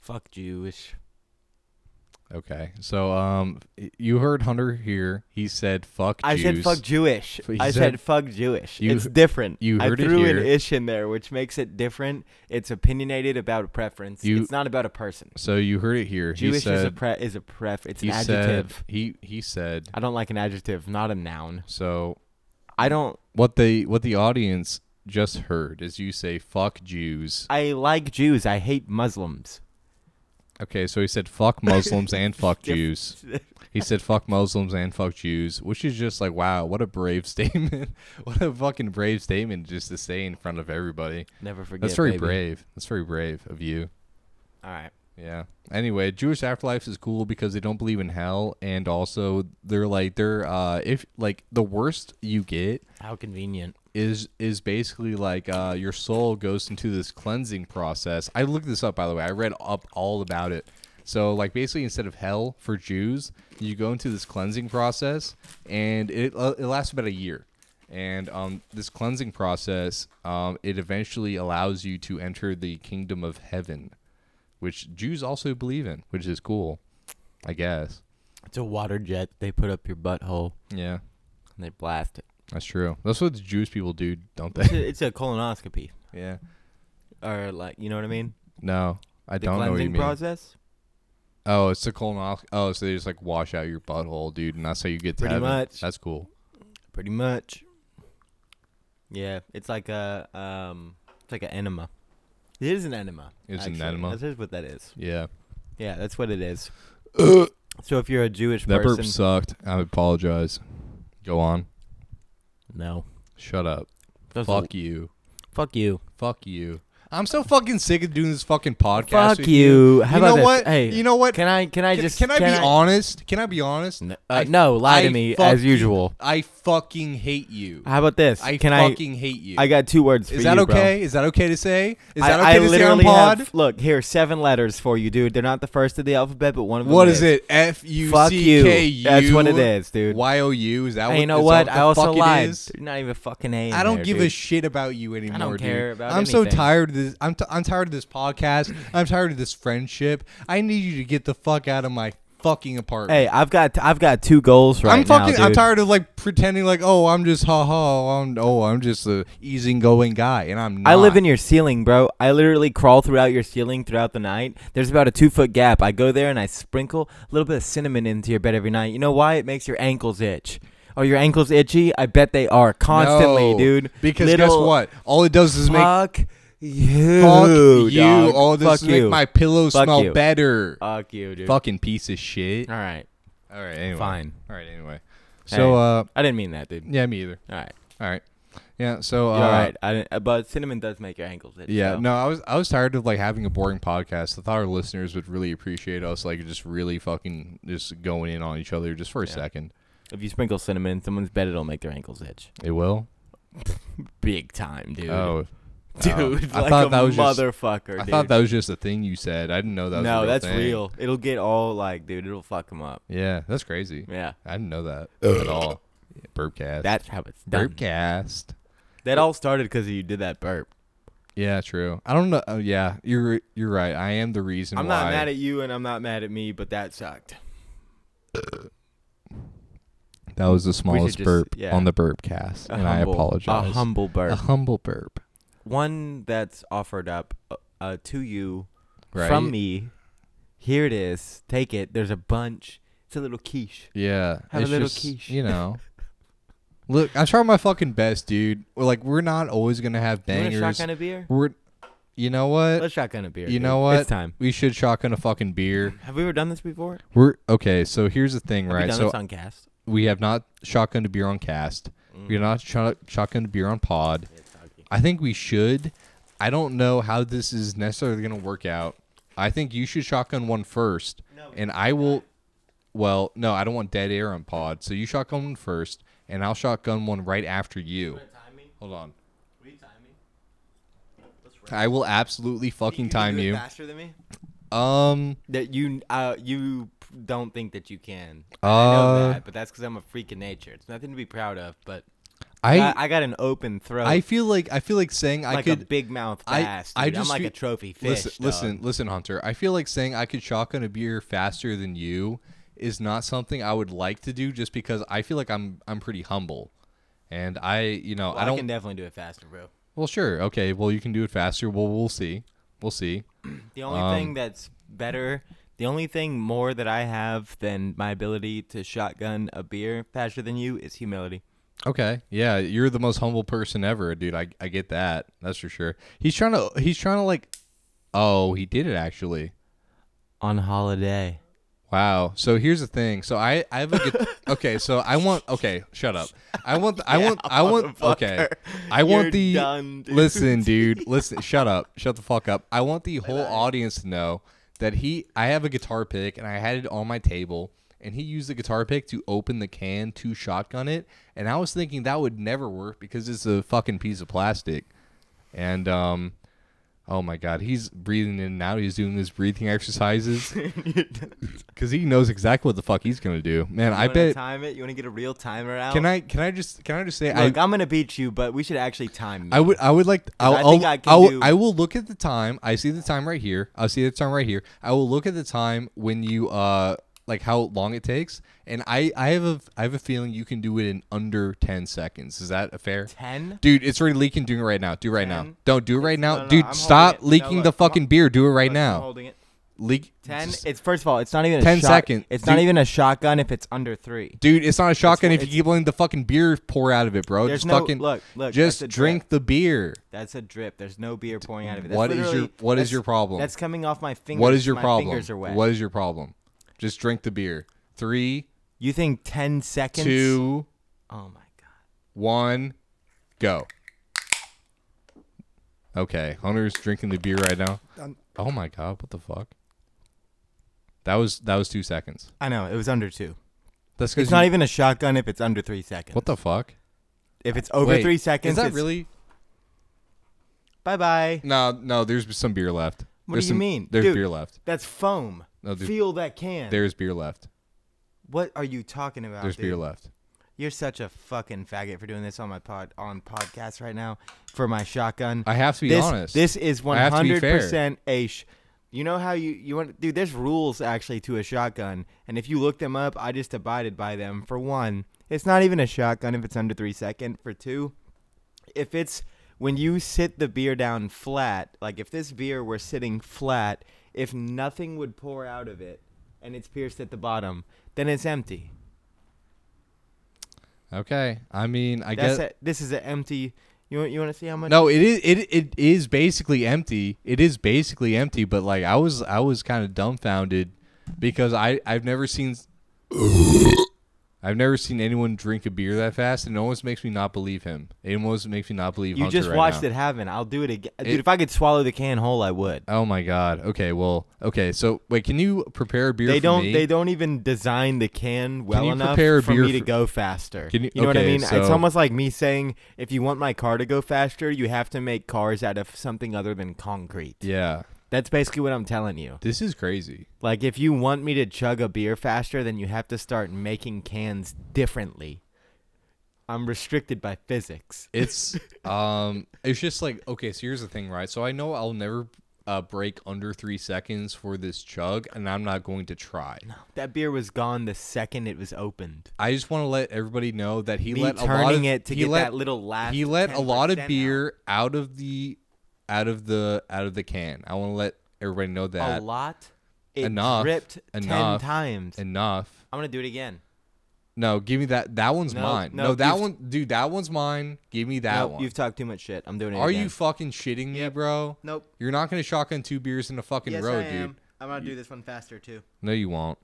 Speaker 1: Fuck Jewish.
Speaker 2: Okay. So um, you heard Hunter here. He said, "Fuck."
Speaker 1: I said
Speaker 2: Jews."
Speaker 1: fuck Jewish.
Speaker 2: He
Speaker 1: I
Speaker 2: said-
Speaker 1: said fuck Jewish.
Speaker 2: You-
Speaker 1: it's different.
Speaker 2: you heard
Speaker 1: I
Speaker 2: it
Speaker 1: threw
Speaker 2: here.
Speaker 1: an ish in there, which makes it different. It's opinionated about a preference.
Speaker 2: You-
Speaker 1: it's not about a person.
Speaker 2: So you heard it here. he
Speaker 1: Jewish
Speaker 2: said,
Speaker 1: is a pre- is a pref. It's an
Speaker 2: he
Speaker 1: adjective.
Speaker 2: Said, he he said.
Speaker 1: I don't like an adjective, not a noun.
Speaker 2: So
Speaker 1: I don't.
Speaker 2: what they what the audience just heard is you say "fuck Jews."
Speaker 1: I like Jews. I hate Muslims.
Speaker 2: Okay, so he said "fuck Muslims" and "fuck
Speaker 1: Diff-
Speaker 2: Jews." He said "fuck Muslims" and "fuck Jews," which is just like, wow, what a brave statement! what a fucking brave statement just to say in front of everybody.
Speaker 1: Never forget.
Speaker 2: That's very
Speaker 1: baby.
Speaker 2: brave. That's very brave of you.
Speaker 1: All right.
Speaker 2: Yeah. Anyway, Jewish afterlife is cool because they don't believe in hell, and also they're like they're uh if like the worst you get
Speaker 1: How convenient.
Speaker 2: is is basically like uh your soul goes into this cleansing process. I looked this up by the way. I read up all about it. So like basically instead of hell for Jews, you go into this cleansing process, and it uh, it lasts about a year. And um, this cleansing process, um, it eventually allows you to enter the kingdom of heaven which Jews also believe in, which is cool, I guess.
Speaker 1: It's a water jet. They put up your butthole
Speaker 2: Yeah,
Speaker 1: and they blast it.
Speaker 2: that's true. That's what the Jewish people do, don't
Speaker 1: It's
Speaker 2: they?
Speaker 1: a, it's a colonoscopy,
Speaker 2: yeah.
Speaker 1: or like you know what I mean.
Speaker 2: No, I
Speaker 1: The
Speaker 2: don't know what you
Speaker 1: cleansing
Speaker 2: mean.
Speaker 1: process.
Speaker 2: oh, it's the colonoscopy. Oh, so they just like wash out your butthole, dude, and that's how you get to
Speaker 1: Pretty
Speaker 2: heaven.
Speaker 1: much.
Speaker 2: That's cool.
Speaker 1: Pretty much. Yeah, it's like a um, it's like an enema. It is an enema.
Speaker 2: It's an
Speaker 1: actually.
Speaker 2: enema.
Speaker 1: That is what that is.
Speaker 2: Yeah.
Speaker 1: Yeah, that's what it is. so if you're a Jewish
Speaker 2: That
Speaker 1: person,
Speaker 2: burp sucked. I apologize. Go on.
Speaker 1: no,
Speaker 2: Shut up.
Speaker 1: Those are-
Speaker 2: Fuck you.
Speaker 1: fuck you,
Speaker 2: Fuck you. I'm so fucking sick of doing this fucking podcast.
Speaker 1: fuck
Speaker 2: with
Speaker 1: you. How
Speaker 2: you
Speaker 1: about
Speaker 2: know
Speaker 1: this?
Speaker 2: what?
Speaker 1: Hey,
Speaker 2: you know what?
Speaker 1: Can I? Can I
Speaker 2: Can-
Speaker 1: just?
Speaker 2: can I be honest? Can I be honest?
Speaker 1: N- uh,
Speaker 2: I-
Speaker 1: no, lie to
Speaker 2: I
Speaker 1: me
Speaker 2: fuck
Speaker 1: as usual.
Speaker 2: You. I fucking hate you.
Speaker 1: How about this?
Speaker 2: I
Speaker 1: can
Speaker 2: fucking hate you.
Speaker 1: I? I got two words. for
Speaker 2: Is that
Speaker 1: you, bro.
Speaker 2: okay? Is that okay to say? Is
Speaker 1: I-
Speaker 2: that
Speaker 1: I,
Speaker 2: okay to say on
Speaker 1: literally
Speaker 2: pod?
Speaker 1: have look here seven letters for you, dude. They're not the first of the alphabet, but one of them.
Speaker 2: what is it? F U
Speaker 1: Fuck
Speaker 2: C
Speaker 1: you.
Speaker 2: K U.
Speaker 1: That's what it is, dude.
Speaker 2: Y O U. Is that
Speaker 1: Hey,
Speaker 2: what?
Speaker 1: you know
Speaker 2: is
Speaker 1: what?
Speaker 2: that
Speaker 1: I
Speaker 2: the
Speaker 1: also
Speaker 2: fuck it
Speaker 1: lied.
Speaker 2: is?
Speaker 1: There's not even a fucking A. in
Speaker 2: I don't
Speaker 1: there,
Speaker 2: give a
Speaker 1: dude.
Speaker 2: shit about you anymore.
Speaker 1: care
Speaker 2: dude.
Speaker 1: about
Speaker 2: I'm so
Speaker 1: anything.
Speaker 2: tired of this. I'm t- I'm tired of this podcast. I'm tired of this friendship. I need you to get the fuck out of my fucking apartment.
Speaker 1: Hey, I've got I've got two goals right
Speaker 2: I'm fucking.
Speaker 1: now, dude.
Speaker 2: I'm tired of like pretending like, oh, I'm just ha ha. I'm oh, I'm just a easygoing guy, and I'm. Not.
Speaker 1: I live in your ceiling, bro. I literally crawl throughout your ceiling throughout the night. There's about a two foot gap. I go there and I sprinkle a little bit of cinnamon into your bed every night. You know why? It makes your ankles itch. Are your ankles itchy? I bet they are constantly,
Speaker 2: No,
Speaker 1: dude.
Speaker 2: Because guess
Speaker 1: Little
Speaker 2: what? All it does is make fuck
Speaker 1: Fuck you,
Speaker 2: you.
Speaker 1: dog.
Speaker 2: All this
Speaker 1: fuck
Speaker 2: is make
Speaker 1: you.
Speaker 2: my pillows
Speaker 1: Fuck
Speaker 2: smell
Speaker 1: you.
Speaker 2: better.
Speaker 1: fuck you, dude.
Speaker 2: Fucking piece of shit.
Speaker 1: All right,
Speaker 2: All right. Anyway.
Speaker 1: fine.
Speaker 2: All right. Anyway.
Speaker 1: Hey.
Speaker 2: So uh,
Speaker 1: I didn't mean that, dude.
Speaker 2: yeah, me either.
Speaker 1: All right,
Speaker 2: All right. Yeah. So uh,
Speaker 1: all right. I didn't, but cinnamon does make your ankles itch.
Speaker 2: Yeah,
Speaker 1: so.
Speaker 2: no, I was I was tired of like having a boring podcast. I thought our listeners would really appreciate us like just really fucking just going in on each other just for a
Speaker 1: Yeah.
Speaker 2: second.
Speaker 1: If you sprinkle cinnamon in someone's bed, it'll make their ankles itch.
Speaker 2: It will.
Speaker 1: Big time, dude.
Speaker 2: Oh,
Speaker 1: dude,
Speaker 2: Oh.
Speaker 1: like
Speaker 2: I thought
Speaker 1: a
Speaker 2: that was just-
Speaker 1: motherfucker.
Speaker 2: I
Speaker 1: dude.
Speaker 2: thought that was just a thing you said. I didn't know that. was a
Speaker 1: no,
Speaker 2: real
Speaker 1: that's
Speaker 2: thing.
Speaker 1: real. It'll get all like, dude. It'll fuck him up.
Speaker 2: Yeah, that's crazy.
Speaker 1: Yeah,
Speaker 2: I didn't know that at all. Yeah, burpcast.
Speaker 1: that's how it's done.
Speaker 2: burpcast.
Speaker 1: That all started because you did that burp.
Speaker 2: Yeah, true. I don't know. Oh, yeah, you're you're right. I am the reason.
Speaker 1: I'm
Speaker 2: why.
Speaker 1: not mad at you, and I'm not mad at me, but that sucked.
Speaker 2: That was the smallest
Speaker 1: just-
Speaker 2: burp
Speaker 1: yeah.
Speaker 2: on the burpcast,
Speaker 1: A
Speaker 2: and I
Speaker 1: humble-
Speaker 2: apologize.
Speaker 1: A humble burp.
Speaker 2: A humble burp.
Speaker 1: One that's offered up uh, uh, to you
Speaker 2: Right.
Speaker 1: from me. Here it is. Take it. There's a bunch. It's a little quiche.
Speaker 2: Yeah.
Speaker 1: Have a
Speaker 2: it's
Speaker 1: little
Speaker 2: just,
Speaker 1: quiche.
Speaker 2: You know. Look, I try my fucking best, dude. We're like, we're not always gonna have
Speaker 1: You want a
Speaker 2: bangers.
Speaker 1: shotgun of beer?
Speaker 2: We're You know what?
Speaker 1: Let's shotgun a beer.
Speaker 2: You
Speaker 1: dude.
Speaker 2: know what?
Speaker 1: It's time.
Speaker 2: We should shotgun a fucking beer.
Speaker 1: Have we ever done this before?
Speaker 2: We're okay. So here's the thing,
Speaker 1: Have we
Speaker 2: right?
Speaker 1: done
Speaker 2: So
Speaker 1: this on cast?
Speaker 2: we have not shotgunned a beer on cast. We're not shot, shotgunned a beer on pod. I think we should. I don't know how this is necessarily going to work out. I think you should shotgun one first, and I will. Well, no, I don't want dead air on pod. So you shotgun one first, and I'll shotgun one right after you. Hold on. I will absolutely fucking time you.
Speaker 1: faster than me.
Speaker 2: Um,
Speaker 1: That you uh you p- don't think that you can. I know
Speaker 2: Uh,
Speaker 1: that, but that's because I'm a freak of nature. It's nothing to be proud of, but
Speaker 2: I
Speaker 1: I,
Speaker 2: I,
Speaker 1: I got an open throat,
Speaker 2: feel like I feel like saying I
Speaker 1: Uh, like
Speaker 2: could
Speaker 1: a big mouth
Speaker 2: I-
Speaker 1: bass.
Speaker 2: I
Speaker 1: dude. I'm
Speaker 2: just
Speaker 1: like
Speaker 2: fe-
Speaker 1: a trophy fish.
Speaker 2: Listen,
Speaker 1: dog.
Speaker 2: listen, listen, Hunter. I feel like saying I could shotgun a beer faster than you is not something I would like to do, just because I feel like I'm I'm pretty humble, and I you know
Speaker 1: Well,
Speaker 2: I
Speaker 1: I,
Speaker 2: don't.
Speaker 1: can definitely do it faster, bro.
Speaker 2: well, sure, okay. Well, you can do it faster. Well, we'll see. We'll see.
Speaker 1: The only
Speaker 2: Um,
Speaker 1: thing that's better, the only thing more that I have than my ability to shotgun a beer faster than you is humility.
Speaker 2: Okay. Yeah, you're the most humble person ever, dude. I I get that. That's for sure. He's trying to he's trying to like. Oh, he did it actually.
Speaker 1: On holiday.
Speaker 2: Wow. So here's the thing. So I I have a good, okay. So I want okay. Shut up. I want I want I want okay. I want
Speaker 1: You're
Speaker 2: the
Speaker 1: done, dude.
Speaker 2: listen, dude. Listen. Shut up. Shut the fuck up. I want the whole audience to know that he I have a guitar pick and I had it on my table and he used the guitar pick to open the can to shotgun it and I was thinking that would never work because it's a fucking piece of plastic and um. Oh my God, he's breathing in and out. He's doing his breathing exercises. Because he knows exactly what the fuck he's gonna do, man. I
Speaker 1: You wanna
Speaker 2: bet.
Speaker 1: time it. You want to get a real timer out?
Speaker 2: Can I? Can I just? Can I just say?
Speaker 1: Look,
Speaker 2: I,
Speaker 1: I, am gonna beat you, but we should actually time.
Speaker 2: I would. I would like. I'll,
Speaker 1: I
Speaker 2: I
Speaker 1: think
Speaker 2: will
Speaker 1: I can
Speaker 2: I'll,
Speaker 1: do-
Speaker 2: I will look at the time. I see the time right here. I see the time right here. I will look at the time when you uh like how long it takes, and I I have a I have a feeling you can do it in under ten seconds. Is that a fair?
Speaker 1: ten.
Speaker 2: Dude, it's already leaking. Do it right now. Do it right now.
Speaker 1: Ten.
Speaker 2: Don't do it right now,
Speaker 1: no, no,
Speaker 2: dude.
Speaker 1: I'm
Speaker 2: stop
Speaker 1: holding it. No,
Speaker 2: leaking
Speaker 1: look,
Speaker 2: the
Speaker 1: I'm hol-
Speaker 2: fucking beer. Do it right
Speaker 1: I'm
Speaker 2: now.
Speaker 1: holding it.
Speaker 2: Leak.
Speaker 1: Ten.
Speaker 2: just-
Speaker 1: It's first of all, it's not even a
Speaker 2: 10
Speaker 1: shot-
Speaker 2: second.
Speaker 1: It's
Speaker 2: Dude.
Speaker 1: not even a shotgun if it's under three.
Speaker 2: Dude, it's not a shotgun if you
Speaker 1: it's-
Speaker 2: keep letting the fucking beer pour out of it, bro.
Speaker 1: There's
Speaker 2: Just
Speaker 1: no-
Speaker 2: fucking
Speaker 1: look, look, that's a
Speaker 2: Just
Speaker 1: drip.
Speaker 2: drink the beer.
Speaker 1: That's a drip. There's no beer pouring out of it. That's
Speaker 2: What is your
Speaker 1: literally-
Speaker 2: What is
Speaker 1: that's-
Speaker 2: your problem?
Speaker 1: That's coming off my fingers.
Speaker 2: What is your
Speaker 1: my
Speaker 2: problem?
Speaker 1: Fingers are wet.
Speaker 2: What is your problem? Just drink the beer. Three,
Speaker 1: You think ten seconds?
Speaker 2: two,
Speaker 1: Oh my god.
Speaker 2: one, go. Okay, Hunter's drinking the beer right now. Oh my god, what the fuck? That was that was two seconds.
Speaker 1: I know it was under two.
Speaker 2: That's
Speaker 1: It's
Speaker 2: because
Speaker 1: not even a shotgun if it's under three seconds.
Speaker 2: What the fuck?
Speaker 1: If it's over
Speaker 2: Wait,
Speaker 1: three seconds,
Speaker 2: Is that
Speaker 1: it's,
Speaker 2: really?
Speaker 1: Bye bye.
Speaker 2: No, no. There's some beer left.
Speaker 1: What
Speaker 2: There's
Speaker 1: do you
Speaker 2: some-
Speaker 1: mean?
Speaker 2: There's
Speaker 1: Dude.
Speaker 2: beer left.
Speaker 1: That's foam.
Speaker 2: No, there's-
Speaker 1: Feel that can.
Speaker 2: There's beer left.
Speaker 1: What are you talking about?
Speaker 2: There's
Speaker 1: dude?
Speaker 2: beer left.
Speaker 1: You're such a fucking faggot for doing this on my pod on podcast right now for my shotgun.
Speaker 2: I have to be
Speaker 1: this,
Speaker 2: honest.
Speaker 1: This is
Speaker 2: I have to be
Speaker 1: 100
Speaker 2: fair.
Speaker 1: percent a. Sh- you know how you you want, dude. There's rules actually to a shotgun, and if you look them up, I just abided by them. For one, it's not even a shotgun if it's under three second. For two, if it's when you sit the beer down flat, like if this beer were sitting flat, if nothing would pour out of it, and it's pierced at the bottom, then it's empty.
Speaker 2: Okay. I mean, I
Speaker 1: That's
Speaker 2: guess.
Speaker 1: a, this is an empty. You want you want to see how much?
Speaker 2: No, it is it it is basically empty. It is basically empty. But like, I was I was kind of dumbfounded because I I've never seen. s- I've never seen anyone drink a beer that fast, and it almost makes me not believe him. It almost makes me not believe.
Speaker 1: you
Speaker 2: Hunter
Speaker 1: just
Speaker 2: right
Speaker 1: watched
Speaker 2: now.
Speaker 1: it happen. I'll do it again,
Speaker 2: It-
Speaker 1: dude. If I could swallow the can whole, I would.
Speaker 2: Oh my god. Okay. Well. Okay. So wait, can you prepare a beer?
Speaker 1: They
Speaker 2: for
Speaker 1: don't.
Speaker 2: me?
Speaker 1: They don't even design the can well
Speaker 2: you
Speaker 1: enough
Speaker 2: prepare a
Speaker 1: for
Speaker 2: beer
Speaker 1: me to
Speaker 2: for-
Speaker 1: go faster.
Speaker 2: Can you-
Speaker 1: know what I
Speaker 2: okay,
Speaker 1: mean? It's
Speaker 2: so-
Speaker 1: almost like me saying, if you want my car to go faster, you have to make cars out of something other than concrete.
Speaker 2: Yeah.
Speaker 1: That's basically what I'm telling you.
Speaker 2: This is crazy.
Speaker 1: Like, if you want me to chug a beer faster, then you have to start making cans differently. I'm restricted by physics.
Speaker 2: It's um it's just like okay, so here's the thing, right? So I know I'll never uh, break under three seconds for this chug, and I'm not going to try.
Speaker 1: That beer was gone the second it was opened.
Speaker 2: I just want to let everybody know that he
Speaker 1: Me
Speaker 2: let a lot
Speaker 1: turning
Speaker 2: of,
Speaker 1: it to
Speaker 2: he
Speaker 1: get
Speaker 2: let,
Speaker 1: that little last.
Speaker 2: he let a lot
Speaker 1: 10%
Speaker 2: of
Speaker 1: out.
Speaker 2: beer out. of the out of the out of the can. I want to let everybody know
Speaker 1: A
Speaker 2: that
Speaker 1: lot. It
Speaker 2: Enough.
Speaker 1: dripped ten
Speaker 2: Enough.
Speaker 1: times.
Speaker 2: enough.
Speaker 1: I'm gonna do it again.
Speaker 2: No, give me that. That one's
Speaker 1: No,
Speaker 2: mine.
Speaker 1: no,
Speaker 2: No, that
Speaker 1: you've-
Speaker 2: one, dude. That one's mine. Give me that
Speaker 1: Nope,
Speaker 2: one.
Speaker 1: You've talked too much shit. I'm doing it.
Speaker 2: Are
Speaker 1: again.
Speaker 2: you fucking shitting me,
Speaker 1: Yep.
Speaker 2: bro?
Speaker 1: Nope.
Speaker 2: You're not gonna shotgun two beers in a fucking
Speaker 1: Yes,
Speaker 2: row,
Speaker 1: I
Speaker 2: dude.
Speaker 1: am. I'm gonna do this one faster too.
Speaker 2: No, you won't.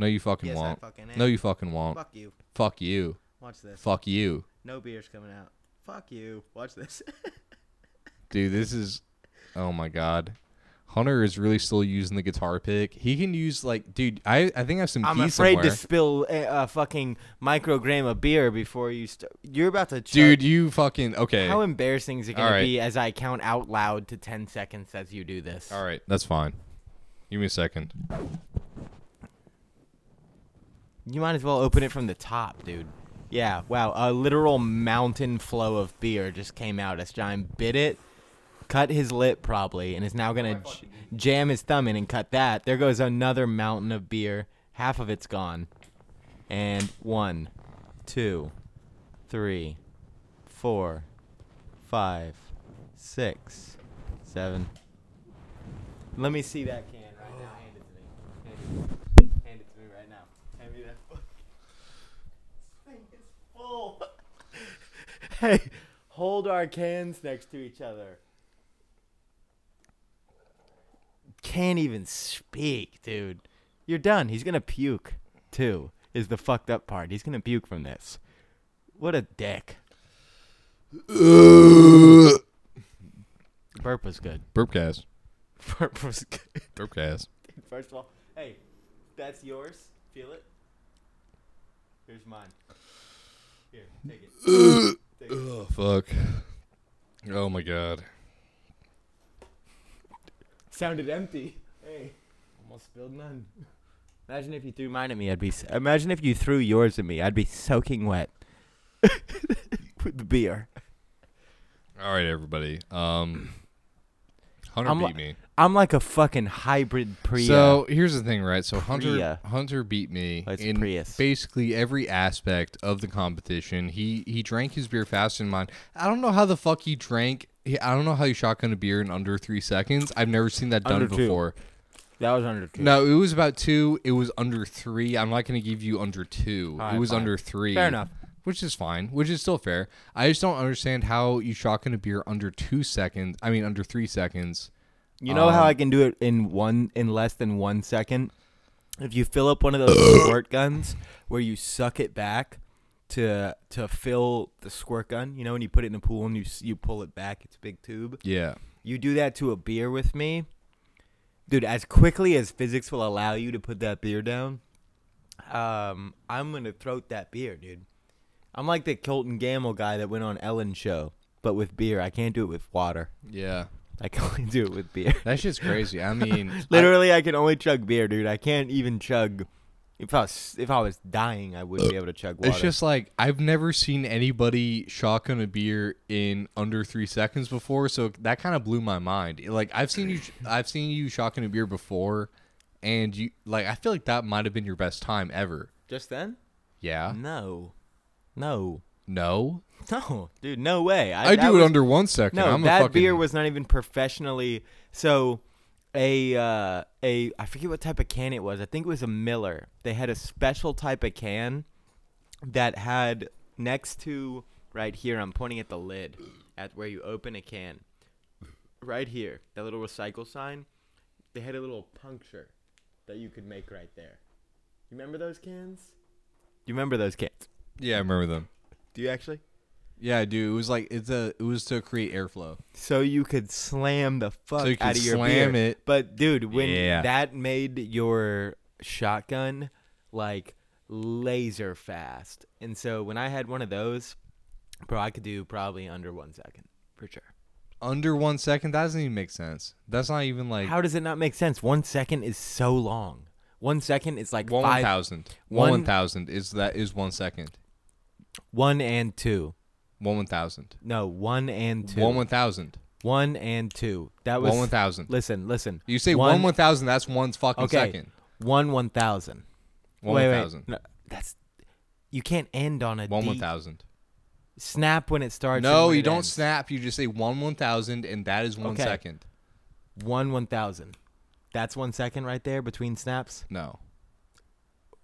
Speaker 2: No, you fucking
Speaker 1: Yes, I
Speaker 2: won't.
Speaker 1: fucking
Speaker 2: no,
Speaker 1: am.
Speaker 2: you fucking won't. Fuck.
Speaker 1: Fuck you.
Speaker 2: you.
Speaker 1: Watch this.
Speaker 2: Fuck you,
Speaker 1: No beers coming out. Fuck you. Watch this.
Speaker 2: dude. This is. Oh my god. Hunter is really still using the guitar pick. He can use like, dude. I I think I have some
Speaker 1: I'm
Speaker 2: keys
Speaker 1: afraid
Speaker 2: somewhere.
Speaker 1: to spill a, a fucking microgram of beer before you start. You're about to.
Speaker 2: dude,
Speaker 1: chug-
Speaker 2: you fucking okay.
Speaker 1: How embarrassing is it going
Speaker 2: All right.
Speaker 1: to be as I count out loud to 10 seconds as you do this?
Speaker 2: All right, that's fine. Give me a second.
Speaker 1: You might as well open it from the top, dude. Yeah, wow. A literal mountain flow of beer just came out as John bit it, cut his lip probably, and is now going to j- jam his thumb in and cut that. There goes another mountain of beer. Half of it's gone. And one, two, three, four, five, six, seven. Let me see that can right now. Hand it to me. Hand it to me. Hand it to me right now. Hand me that book. This thing is full. hey, hold our cans next to each other. Can't even speak, dude. You're done. He's gonna puke, too. Is the fucked up part. He's gonna puke from this. What a dick. Burp was good.
Speaker 2: Burpcast.
Speaker 1: Burp was good.
Speaker 2: Burpcast.
Speaker 1: First of all, hey, that's yours. Feel it. Here's mine. Here, take it. Take it.
Speaker 2: Oh fuck. Oh my god.
Speaker 1: Sounded empty. Hey, almost spilled none. Imagine if you threw mine at me. I'd be. s- Imagine if you threw yours at me. I'd be soaking wet with the beer.
Speaker 2: All right, everybody. Um, Hunter
Speaker 1: I'm
Speaker 2: beat
Speaker 1: li-
Speaker 2: me.
Speaker 1: I'm like a fucking hybrid Prius.
Speaker 2: So here's the thing, right? So Hunter
Speaker 1: Priya.
Speaker 2: Hunter beat me
Speaker 1: Oh, it's
Speaker 2: in
Speaker 1: Prius.
Speaker 2: basically every aspect of the competition. He he drank his beer faster than mine. I don't know how the fuck he drank. He, I don't know how he shotgun a beer in under three seconds. I've never seen that done
Speaker 1: Under two.
Speaker 2: before.
Speaker 1: that was under two.
Speaker 2: No, it was about two. It was under three. I'm not going to give you under two.
Speaker 1: All
Speaker 2: it
Speaker 1: right,
Speaker 2: was
Speaker 1: fine.
Speaker 2: under three.
Speaker 1: Fair enough.
Speaker 2: Which is fine. Which is still fair. I just don't understand how you shotgun a beer under two seconds. I mean, under three seconds.
Speaker 1: You know how
Speaker 2: Um,
Speaker 1: I can do it in one in less than one second? If you fill up one of those squirt guns where you suck it back to to fill the squirt gun, you know, when you put it in a pool and you s- you pull it back, it's a big tube.
Speaker 2: Yeah.
Speaker 1: You do that to a beer with me, dude. As quickly as physics will allow you to put that beer down, um, I'm gonna throat that beer, dude. I'm like the Colton Gamble guy that went on Ellen's show, but with beer. I can't do it with water.
Speaker 2: Yeah.
Speaker 1: I can only do it with beer.
Speaker 2: That shit's crazy. I mean, I-
Speaker 1: Literally, I, can only chug beer, dude. I can't even chug. If I was if I was dying, I wouldn't be able to chug water.
Speaker 2: It's just like I've never seen anybody shotgun a beer in under three seconds before, so that kind of blew my mind. Like I've seen you, I've seen you shotgun a beer before, and you like I feel like that might have been your best time ever.
Speaker 1: just then.
Speaker 2: Yeah.
Speaker 1: Mm-hmm. No, no,
Speaker 2: No.
Speaker 1: no, dude, no way.
Speaker 2: I,
Speaker 1: that
Speaker 2: do it
Speaker 1: was-
Speaker 2: under one second.
Speaker 1: No,
Speaker 2: I'm
Speaker 1: that
Speaker 2: a fucking,
Speaker 1: beer was not even professionally. So, a uh, a I forget what type of can it was. I think it was a Miller. They had a special type of can that had next to right here. I'm pointing at the lid at where you open a can. Right here, that little recycle sign. They had a little puncture that you could make right there. You remember those cans? You remember those cans?
Speaker 2: Yeah, I remember them.
Speaker 1: Do you actually?
Speaker 2: Yeah, I do. It was like it's a it was to create airflow.
Speaker 1: so you could slam the fuck
Speaker 2: So you could
Speaker 1: out of your
Speaker 2: slam
Speaker 1: beer.
Speaker 2: it.
Speaker 1: But dude, when
Speaker 2: Yeah.
Speaker 1: that made your shotgun like laser fast, and so when I had one of those, bro, I could do probably under one second for sure.
Speaker 2: Under one second, that doesn't even make sense. That's not even like
Speaker 1: How does it not make sense? One second is so long. One second is like
Speaker 2: one one
Speaker 1: five,
Speaker 2: thousand. One
Speaker 1: one-
Speaker 2: one thousand is that is one second.
Speaker 1: one and two.
Speaker 2: One one thousand.
Speaker 1: No, one and two.
Speaker 2: One one thousand.
Speaker 1: One and two. That was
Speaker 2: One one thousand.
Speaker 1: Listen, listen.
Speaker 2: You say one one thousand, that's one fucking
Speaker 1: Okay.
Speaker 2: second.
Speaker 1: One one thousand.
Speaker 2: One
Speaker 1: Wait,
Speaker 2: one
Speaker 1: wait.
Speaker 2: thousand.
Speaker 1: No, that's you can't end on a
Speaker 2: One one
Speaker 1: D.
Speaker 2: thousand.
Speaker 1: Snap when it starts. and
Speaker 2: No,
Speaker 1: when
Speaker 2: you
Speaker 1: it
Speaker 2: don't
Speaker 1: ends.
Speaker 2: snap. You just say one one thousand, and that is one
Speaker 1: Okay.
Speaker 2: second.
Speaker 1: One one thousand. That's one second right there between snaps.
Speaker 2: No.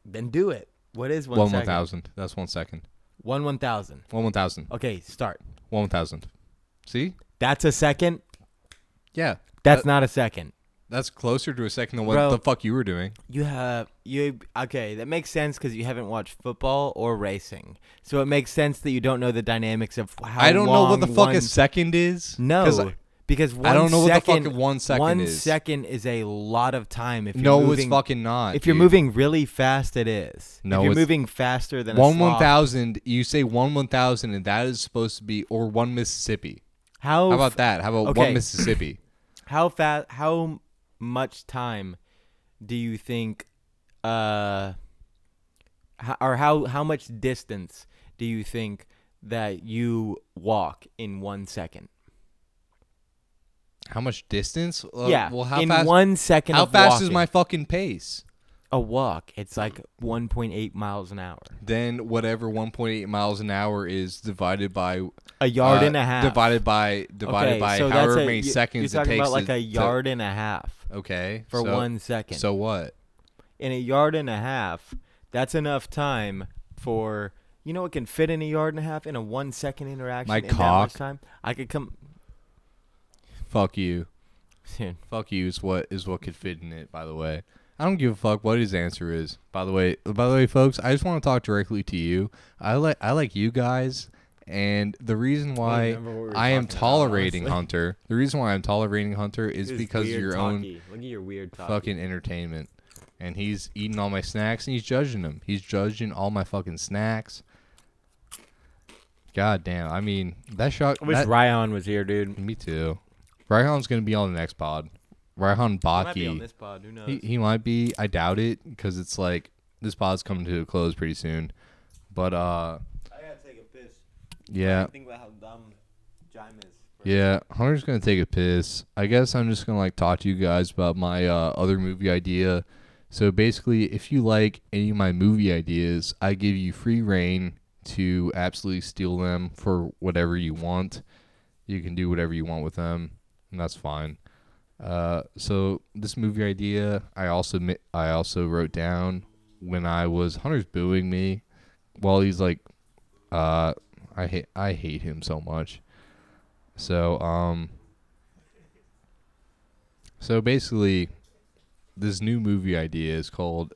Speaker 1: Then do it. What is one
Speaker 2: One one
Speaker 1: second?
Speaker 2: thousand. That's one second.
Speaker 1: One one thousand.
Speaker 2: One one thousand.
Speaker 1: Okay, start.
Speaker 2: One one thousand. See?
Speaker 1: That's a second.
Speaker 2: Yeah.
Speaker 1: That's
Speaker 2: That-
Speaker 1: not a second.
Speaker 2: That's closer to a second than what
Speaker 1: Bro.
Speaker 2: the fuck you were doing.
Speaker 1: You have you okay? That makes sense because you haven't watched football or racing, so it makes sense that you don't know the dynamics of how.
Speaker 2: I don't know what the
Speaker 1: long
Speaker 2: fuck
Speaker 1: one-
Speaker 2: a second is. 'cause
Speaker 1: No,
Speaker 2: I-
Speaker 1: because one
Speaker 2: I don't know what the
Speaker 1: second-
Speaker 2: fucking one second
Speaker 1: one
Speaker 2: is.
Speaker 1: second is a lot of time. If you're
Speaker 2: no,
Speaker 1: moving,
Speaker 2: it's fucking not.
Speaker 1: If you're
Speaker 2: dude.
Speaker 1: moving really fast, it is.
Speaker 2: No,
Speaker 1: if you're
Speaker 2: it's-
Speaker 1: moving faster than a
Speaker 2: one
Speaker 1: sloth,
Speaker 2: one thousand, you say one one thousand, and that is supposed to be or one Mississippi.
Speaker 1: How
Speaker 2: How about that? How about
Speaker 1: Okay.
Speaker 2: one Mississippi?
Speaker 1: How fast? How much time do you think, uh, ho- or how how much distance do you think that you walk in one second?
Speaker 2: How much distance? Uh,
Speaker 1: yeah.
Speaker 2: Well, how
Speaker 1: in
Speaker 2: fast?
Speaker 1: one second.
Speaker 2: how
Speaker 1: of
Speaker 2: fast is
Speaker 1: walking-
Speaker 2: my fucking pace?
Speaker 1: a walk? It's like one point eight miles an hour.
Speaker 2: Then whatever 1.8 miles an hour is divided by
Speaker 1: A yard
Speaker 2: uh,
Speaker 1: and a half.
Speaker 2: Divided by divided
Speaker 1: okay,
Speaker 2: by
Speaker 1: so that's
Speaker 2: however
Speaker 1: a-
Speaker 2: many
Speaker 1: you-
Speaker 2: seconds
Speaker 1: You're
Speaker 2: it
Speaker 1: talking
Speaker 2: takes.
Speaker 1: about like
Speaker 2: to-
Speaker 1: a
Speaker 2: to-
Speaker 1: yard and a half
Speaker 2: okay.
Speaker 1: for
Speaker 2: so-
Speaker 1: one second.
Speaker 2: So what?
Speaker 1: in a yard and a half, that's enough time for you know what can fit in a yard and a half in a one second interaction.
Speaker 2: My
Speaker 1: in that much
Speaker 2: cock.
Speaker 1: time, I could come.
Speaker 2: Fuck you.
Speaker 1: Dude,
Speaker 2: Fuck you is what is what could fit in it. By the way, I don't give a fuck what his answer is. By the way, by the way, folks, I just want to talk directly to you. I like I like you guys, and the reason why
Speaker 1: remember what we were
Speaker 2: I am
Speaker 1: talking about,
Speaker 2: tolerating
Speaker 1: honestly.
Speaker 2: Hunter, the reason why I'm tolerating Hunter is because of your own
Speaker 1: Look at your weird
Speaker 2: fucking entertainment. And he's eating all my snacks, and he's judging them. He's judging all my fucking snacks. God damn! I mean, that shot.
Speaker 1: I wish
Speaker 2: that-
Speaker 1: Ryan was here, dude.
Speaker 2: me too. Raihan's gonna be on the next pod. Raihan Baki.
Speaker 1: Might be on this pod. Who knows?
Speaker 2: He, he might be. I doubt it because it's like this pod's coming to a close pretty soon. But uh,
Speaker 1: I gotta take a piss.
Speaker 2: yeah,
Speaker 1: Think about how dumb Jime is.
Speaker 2: yeah. Hunter's gonna take a piss. I guess I'm just gonna like talk to you guys about my uh, other movie idea. So basically, if you like any of my movie ideas, I give you free reign to absolutely steal them for whatever you want. You can do whatever you want with them, and that's fine. Uh, so this movie idea, I also mi- I also wrote down when I was Hunter's booing me, while he's like, uh, I hate I hate him so much. So um, so basically, this new movie idea is called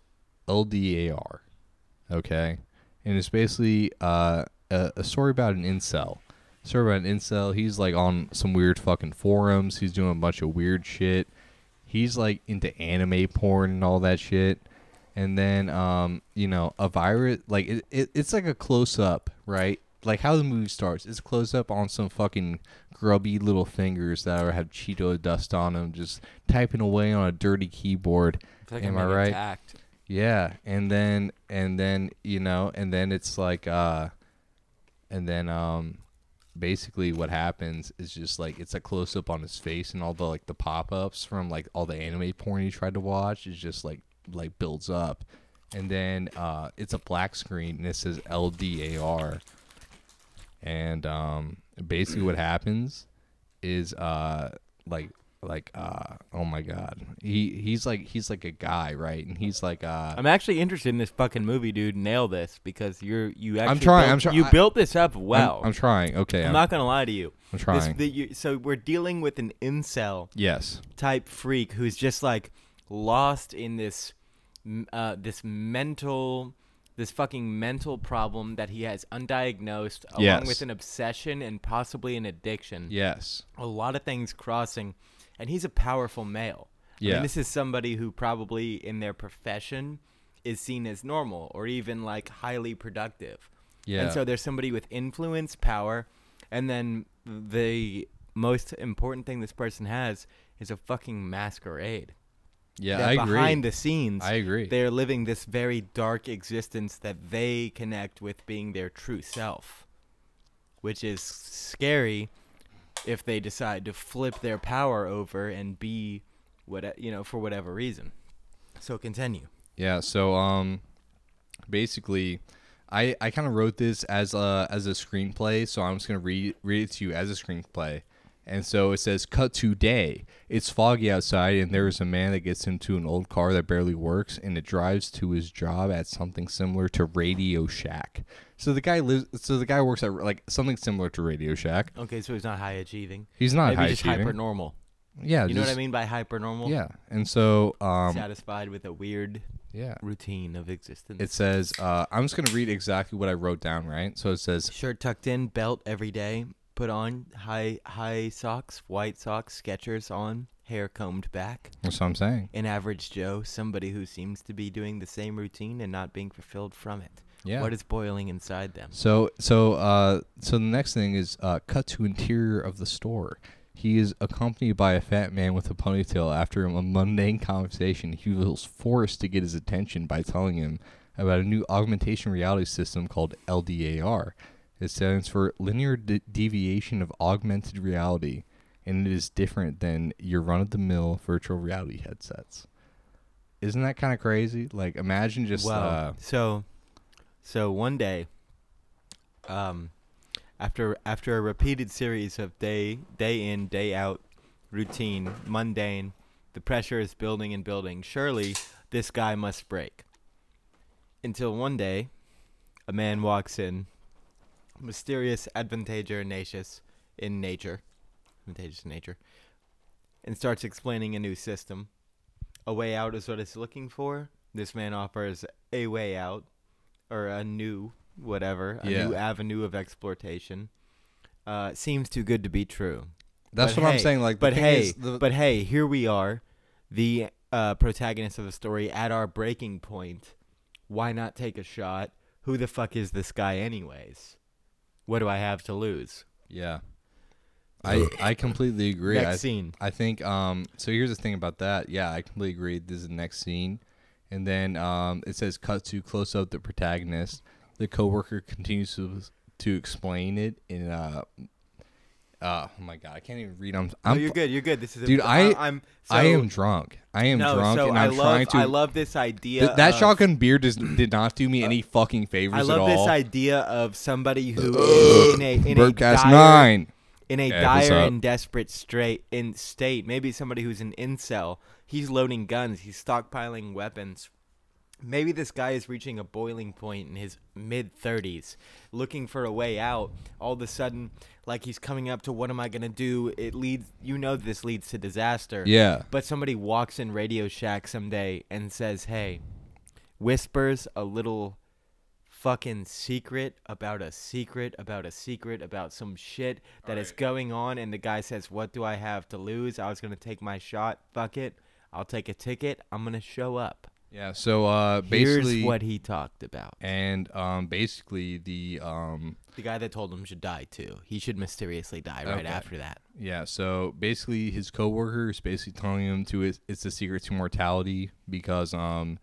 Speaker 2: LDAR, okay, and it's basically uh, a, a story about an incel. Story about an incel. He's like on some weird fucking forums. He's doing a bunch of weird shit. He's like into anime porn and all that shit. And then um, you know, a virus like it, it it's like a close up, right? Like how the movie starts. It's close up on some fucking grubby little fingers that are- have Cheeto dust on them, just typing away on a dirty keyboard. Am I right? Yeah, and then and then you know, and then it's like uh and then um basically what happens is just like it's a close up on his face and all the like the pop-ups from like all the anime porn he tried to watch is just like like builds up. And then uh it's a black screen and it says LDAR. And um basically what happens is uh like like uh oh my god. He he's like he's like a guy, right? And he's like uh
Speaker 1: I'm actually interested in this fucking movie, dude. Nail this because you're you actually
Speaker 2: trying,
Speaker 1: built-
Speaker 2: I'm try-
Speaker 1: you
Speaker 2: I-
Speaker 1: built this up
Speaker 2: I'm-
Speaker 1: well.
Speaker 2: I'm, trying. Okay.
Speaker 1: I'm
Speaker 2: I'm,
Speaker 1: not gonna lie to you.
Speaker 2: I'm
Speaker 1: This-
Speaker 2: trying.
Speaker 1: the- you- so we're dealing with an incel
Speaker 2: yes.
Speaker 1: type freak who's just like lost in this, m- uh, this mental, this fucking mental problem that he has undiagnosed, along
Speaker 2: Yes.
Speaker 1: with an obsession and possibly an addiction.
Speaker 2: Yes.
Speaker 1: A lot of things crossing, and he's a powerful male. I
Speaker 2: Yeah.
Speaker 1: mean, this is somebody who probably in their profession is seen as normal or even like highly productive.
Speaker 2: Yeah.
Speaker 1: And so there's somebody with influence, power, and then the most important thing this person has is a fucking masquerade.
Speaker 2: yeah,
Speaker 1: That
Speaker 2: I agree.
Speaker 1: Behind the scenes,
Speaker 2: I agree.
Speaker 1: They're living this very dark existence that they connect with being their true self, which is scary if they decide to flip their power over and be what you know for whatever reason. So continue.
Speaker 2: yeah. So um, basically, I I kind of wrote this as a as a screenplay. So I'm just gonna read read it to you as a screenplay, And so it says cut to day. It's foggy outside, and there is a man that gets into an old car that barely works, and it drives to his job at something similar to Radio Shack. So the guy lives. So the guy works at like something similar to Radio Shack.
Speaker 1: Okay, so he's not high achieving.
Speaker 2: He's not
Speaker 1: Maybe
Speaker 2: high
Speaker 1: just
Speaker 2: achieving.
Speaker 1: hyper normal.
Speaker 2: yeah,
Speaker 1: You know what I
Speaker 2: just-
Speaker 1: mean by hyper normal?
Speaker 2: Yeah, and so um,
Speaker 1: Satisfied with a weird
Speaker 2: yeah,
Speaker 1: routine of existence.
Speaker 2: it says uh, I'm just gonna read exactly what I wrote down. Right, so it says
Speaker 1: Shirt tucked in, belt every day, put on high high socks, white socks, Skechers on, hair combed back.
Speaker 2: that's what I'm saying.
Speaker 1: An average Joe, somebody who seems to be doing the same routine and not being fulfilled from it.
Speaker 2: Yeah.
Speaker 1: What is boiling inside them?
Speaker 2: So so uh, so the next thing is uh, cut to interior of the store. He is accompanied by a fat man with a ponytail. After a mundane conversation, he feels forced to get his attention by telling him about a new augmentation reality system called LDAR. It stands for Linear De- Deviation of Augmented Reality, and it is different than your run-of-the-mill virtual reality headsets. Isn't that kind of crazy? Like, imagine just
Speaker 1: well,
Speaker 2: uh,
Speaker 1: so, so one day, um, after after a repeated series of day day in day out, routine mundane, the pressure is building and building. Surely this guy must break. Until one day, a man walks in, mysterious, advantageous in nature, advantageous in nature, and starts explaining a new system. A way out is what it's looking for. This man offers a way out or a new whatever, a new
Speaker 2: Yeah.
Speaker 1: avenue of exploitation. Uh, seems too good to be true.
Speaker 2: that's
Speaker 1: But
Speaker 2: what I'm
Speaker 1: hey-
Speaker 2: saying. Like, the
Speaker 1: but
Speaker 2: thing
Speaker 1: hey,
Speaker 2: is the-
Speaker 1: but hey, here we are, the uh, protagonist of the story at our breaking point. Why not take a shot? Who the fuck is this guy, anyways? What do I have to lose?
Speaker 2: Yeah. I I completely agree.
Speaker 1: Next
Speaker 2: I,
Speaker 1: scene.
Speaker 2: I think um so here's the thing about that. Yeah, I completely agree. This is the next scene. And then um it says cut to close up the protagonist. The coworker continues to to explain it in uh uh oh my god, I can't even read. I'm
Speaker 1: Oh,
Speaker 2: I'm
Speaker 1: you're good. You're good. This is a,
Speaker 2: Dude, I-
Speaker 1: I'm so,
Speaker 2: I am drunk. I am
Speaker 1: no,
Speaker 2: drunk
Speaker 1: so
Speaker 2: and
Speaker 1: I
Speaker 2: I'm
Speaker 1: love
Speaker 2: trying to
Speaker 1: I love this idea.
Speaker 2: Th- that
Speaker 1: of-
Speaker 2: shotgun beer does did not do me any fucking favors
Speaker 1: I love
Speaker 2: at
Speaker 1: this
Speaker 2: all.
Speaker 1: idea of somebody who is in a in a
Speaker 2: Birdcast
Speaker 1: dire-
Speaker 2: 9.
Speaker 1: in a
Speaker 2: Yeah, what's
Speaker 1: dire
Speaker 2: up?
Speaker 1: and desperate straight in state. Maybe somebody who's an incel. He's loading guns. He's stockpiling weapons. Maybe this guy is reaching a boiling point in his mid 30s, looking for a way out. All of a sudden, like he's coming up to what am I going to do? It leads, you know, this leads to disaster.
Speaker 2: Yeah.
Speaker 1: But somebody walks in Radio Shack someday and says, hey, whispers a little fucking secret about a secret about a secret about some shit that is going on and the guy says what do i have to lose i was going to take my shot fuck it i'll take a ticket i'm going to show up
Speaker 2: Yeah, so uh basically
Speaker 1: here's what he talked about
Speaker 2: and um, basically the um,
Speaker 1: the guy that told him should die too he should mysteriously die right
Speaker 2: Okay.
Speaker 1: after that
Speaker 2: yeah so basically his coworker is basically telling him to it's, it's the secret to mortality because um,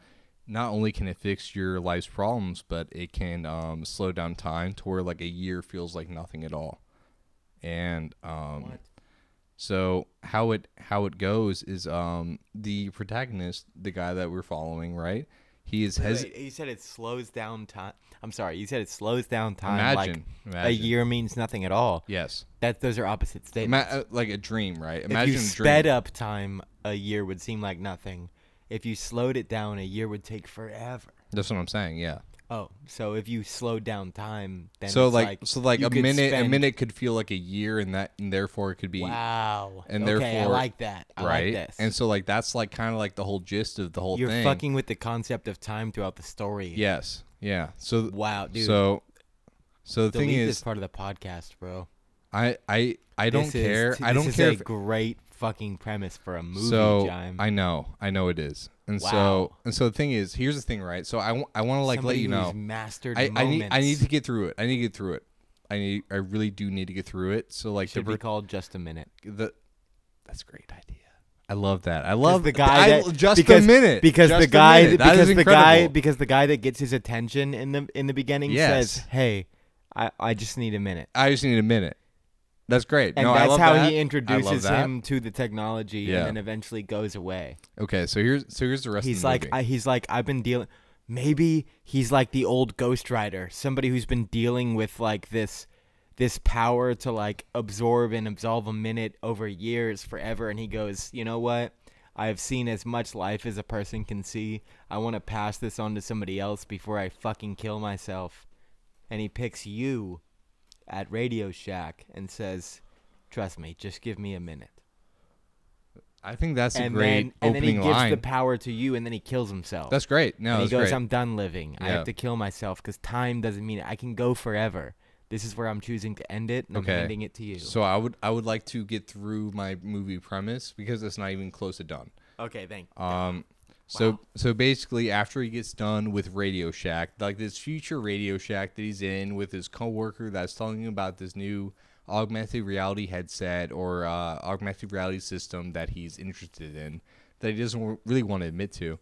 Speaker 2: not only can it fix your life's problems but it can um, slow down time to where like a year feels like nothing at all and um, so how it how it goes is um, the protagonist the guy that we're following right he is
Speaker 1: Wait,
Speaker 2: hesitant
Speaker 1: wait, you said it slows down time i'm sorry you said it slows down time like
Speaker 2: imagine,
Speaker 1: a
Speaker 2: imagine.
Speaker 1: year means nothing at all
Speaker 2: yes
Speaker 1: that those are opposite statements
Speaker 2: Ima- uh, like a dream right
Speaker 1: if
Speaker 2: imagine
Speaker 1: you
Speaker 2: a dream.
Speaker 1: sped up time a year would seem like nothing if you slowed it down a year would take forever
Speaker 2: That's what I'm saying. Yeah.
Speaker 1: oh so if you slowed down time then
Speaker 2: so
Speaker 1: it's
Speaker 2: like, so like
Speaker 1: you
Speaker 2: a
Speaker 1: could
Speaker 2: minute a
Speaker 1: spend-
Speaker 2: minute could feel like a year, and that and therefore it could be
Speaker 1: wow
Speaker 2: and
Speaker 1: okay, i
Speaker 2: therefore-
Speaker 1: like that I
Speaker 2: right.
Speaker 1: like this
Speaker 2: And so like that's like kind of like the whole gist of the whole
Speaker 1: you're
Speaker 2: thing.
Speaker 1: fucking with the concept of time throughout the story
Speaker 2: yes. Yeah. So
Speaker 1: wow dude
Speaker 2: so so the
Speaker 1: delete
Speaker 2: thing
Speaker 1: this
Speaker 2: is,
Speaker 1: part of the podcast bro
Speaker 2: I I I don't
Speaker 1: This is
Speaker 2: care.
Speaker 1: t-
Speaker 2: I don't
Speaker 1: this
Speaker 2: care.
Speaker 1: is
Speaker 2: If,
Speaker 1: a great fucking premise for a movie
Speaker 2: so
Speaker 1: Jaime.
Speaker 2: I know I know it is. And so
Speaker 1: Wow.
Speaker 2: and so the thing is, here's the thing, right? So I w- I want to like
Speaker 1: Somebody
Speaker 2: let you
Speaker 1: who's
Speaker 2: know.
Speaker 1: mastered
Speaker 2: I, I need I need
Speaker 1: moments
Speaker 2: to get through it. I need to get through it. I need I really do need to get through it. So like the
Speaker 1: should be
Speaker 2: ver-
Speaker 1: called just a minute
Speaker 2: the that's a great idea. I love that. I
Speaker 1: Because
Speaker 2: love
Speaker 1: the guy
Speaker 2: I-
Speaker 1: that,
Speaker 2: just
Speaker 1: because,
Speaker 2: a minute
Speaker 1: because
Speaker 2: Just
Speaker 1: the
Speaker 2: a
Speaker 1: guy
Speaker 2: minute. That
Speaker 1: because
Speaker 2: is
Speaker 1: the guy
Speaker 2: incredible.
Speaker 1: because the guy that gets his attention in the in the beginning says,
Speaker 2: Yes.
Speaker 1: "Hey, I, I just need a minute,"
Speaker 2: I just need a minute. That's great.
Speaker 1: and
Speaker 2: no, I
Speaker 1: that's
Speaker 2: love
Speaker 1: how
Speaker 2: that.
Speaker 1: he
Speaker 2: I love
Speaker 1: introduces
Speaker 2: that.
Speaker 1: him to the technology, and
Speaker 2: Yeah.
Speaker 1: then eventually goes away.
Speaker 2: Okay, so here's so here's the rest. of
Speaker 1: He's
Speaker 2: the
Speaker 1: like,
Speaker 2: movie.
Speaker 1: I, he's like, I've been dealing. Maybe he's like the old Ghost Rider, somebody who's been dealing with like this this power to like absorb and absolve a minute over years forever and he goes you know what i've seen as much life as a person can see i want to pass this on to somebody else before i fucking kill myself and he picks you at radio shack and says trust me just give me a minute
Speaker 2: I think that's
Speaker 1: and
Speaker 2: a great
Speaker 1: then and then he
Speaker 2: opening
Speaker 1: gives
Speaker 2: line.
Speaker 1: the power to you and then he kills himself
Speaker 2: that's great. No,
Speaker 1: and he
Speaker 2: that's
Speaker 1: goes,
Speaker 2: Oh, great.
Speaker 1: "I'm done living. I
Speaker 2: Yeah.
Speaker 1: have to kill myself because time doesn't mean it. I can go forever. This is where I'm choosing to end it, and
Speaker 2: Okay.
Speaker 1: I'm handing it to you."
Speaker 2: so I would I would like to get through my movie premise because it's not even close to done.
Speaker 1: okay, thank.
Speaker 2: Um, so so basically, after he gets done with Radio Shack, like this future Radio Shack that he's in with his coworker that's telling him about this new augmented reality headset or uh, augmented reality system that he's interested in that he doesn't wa- really want to admit to.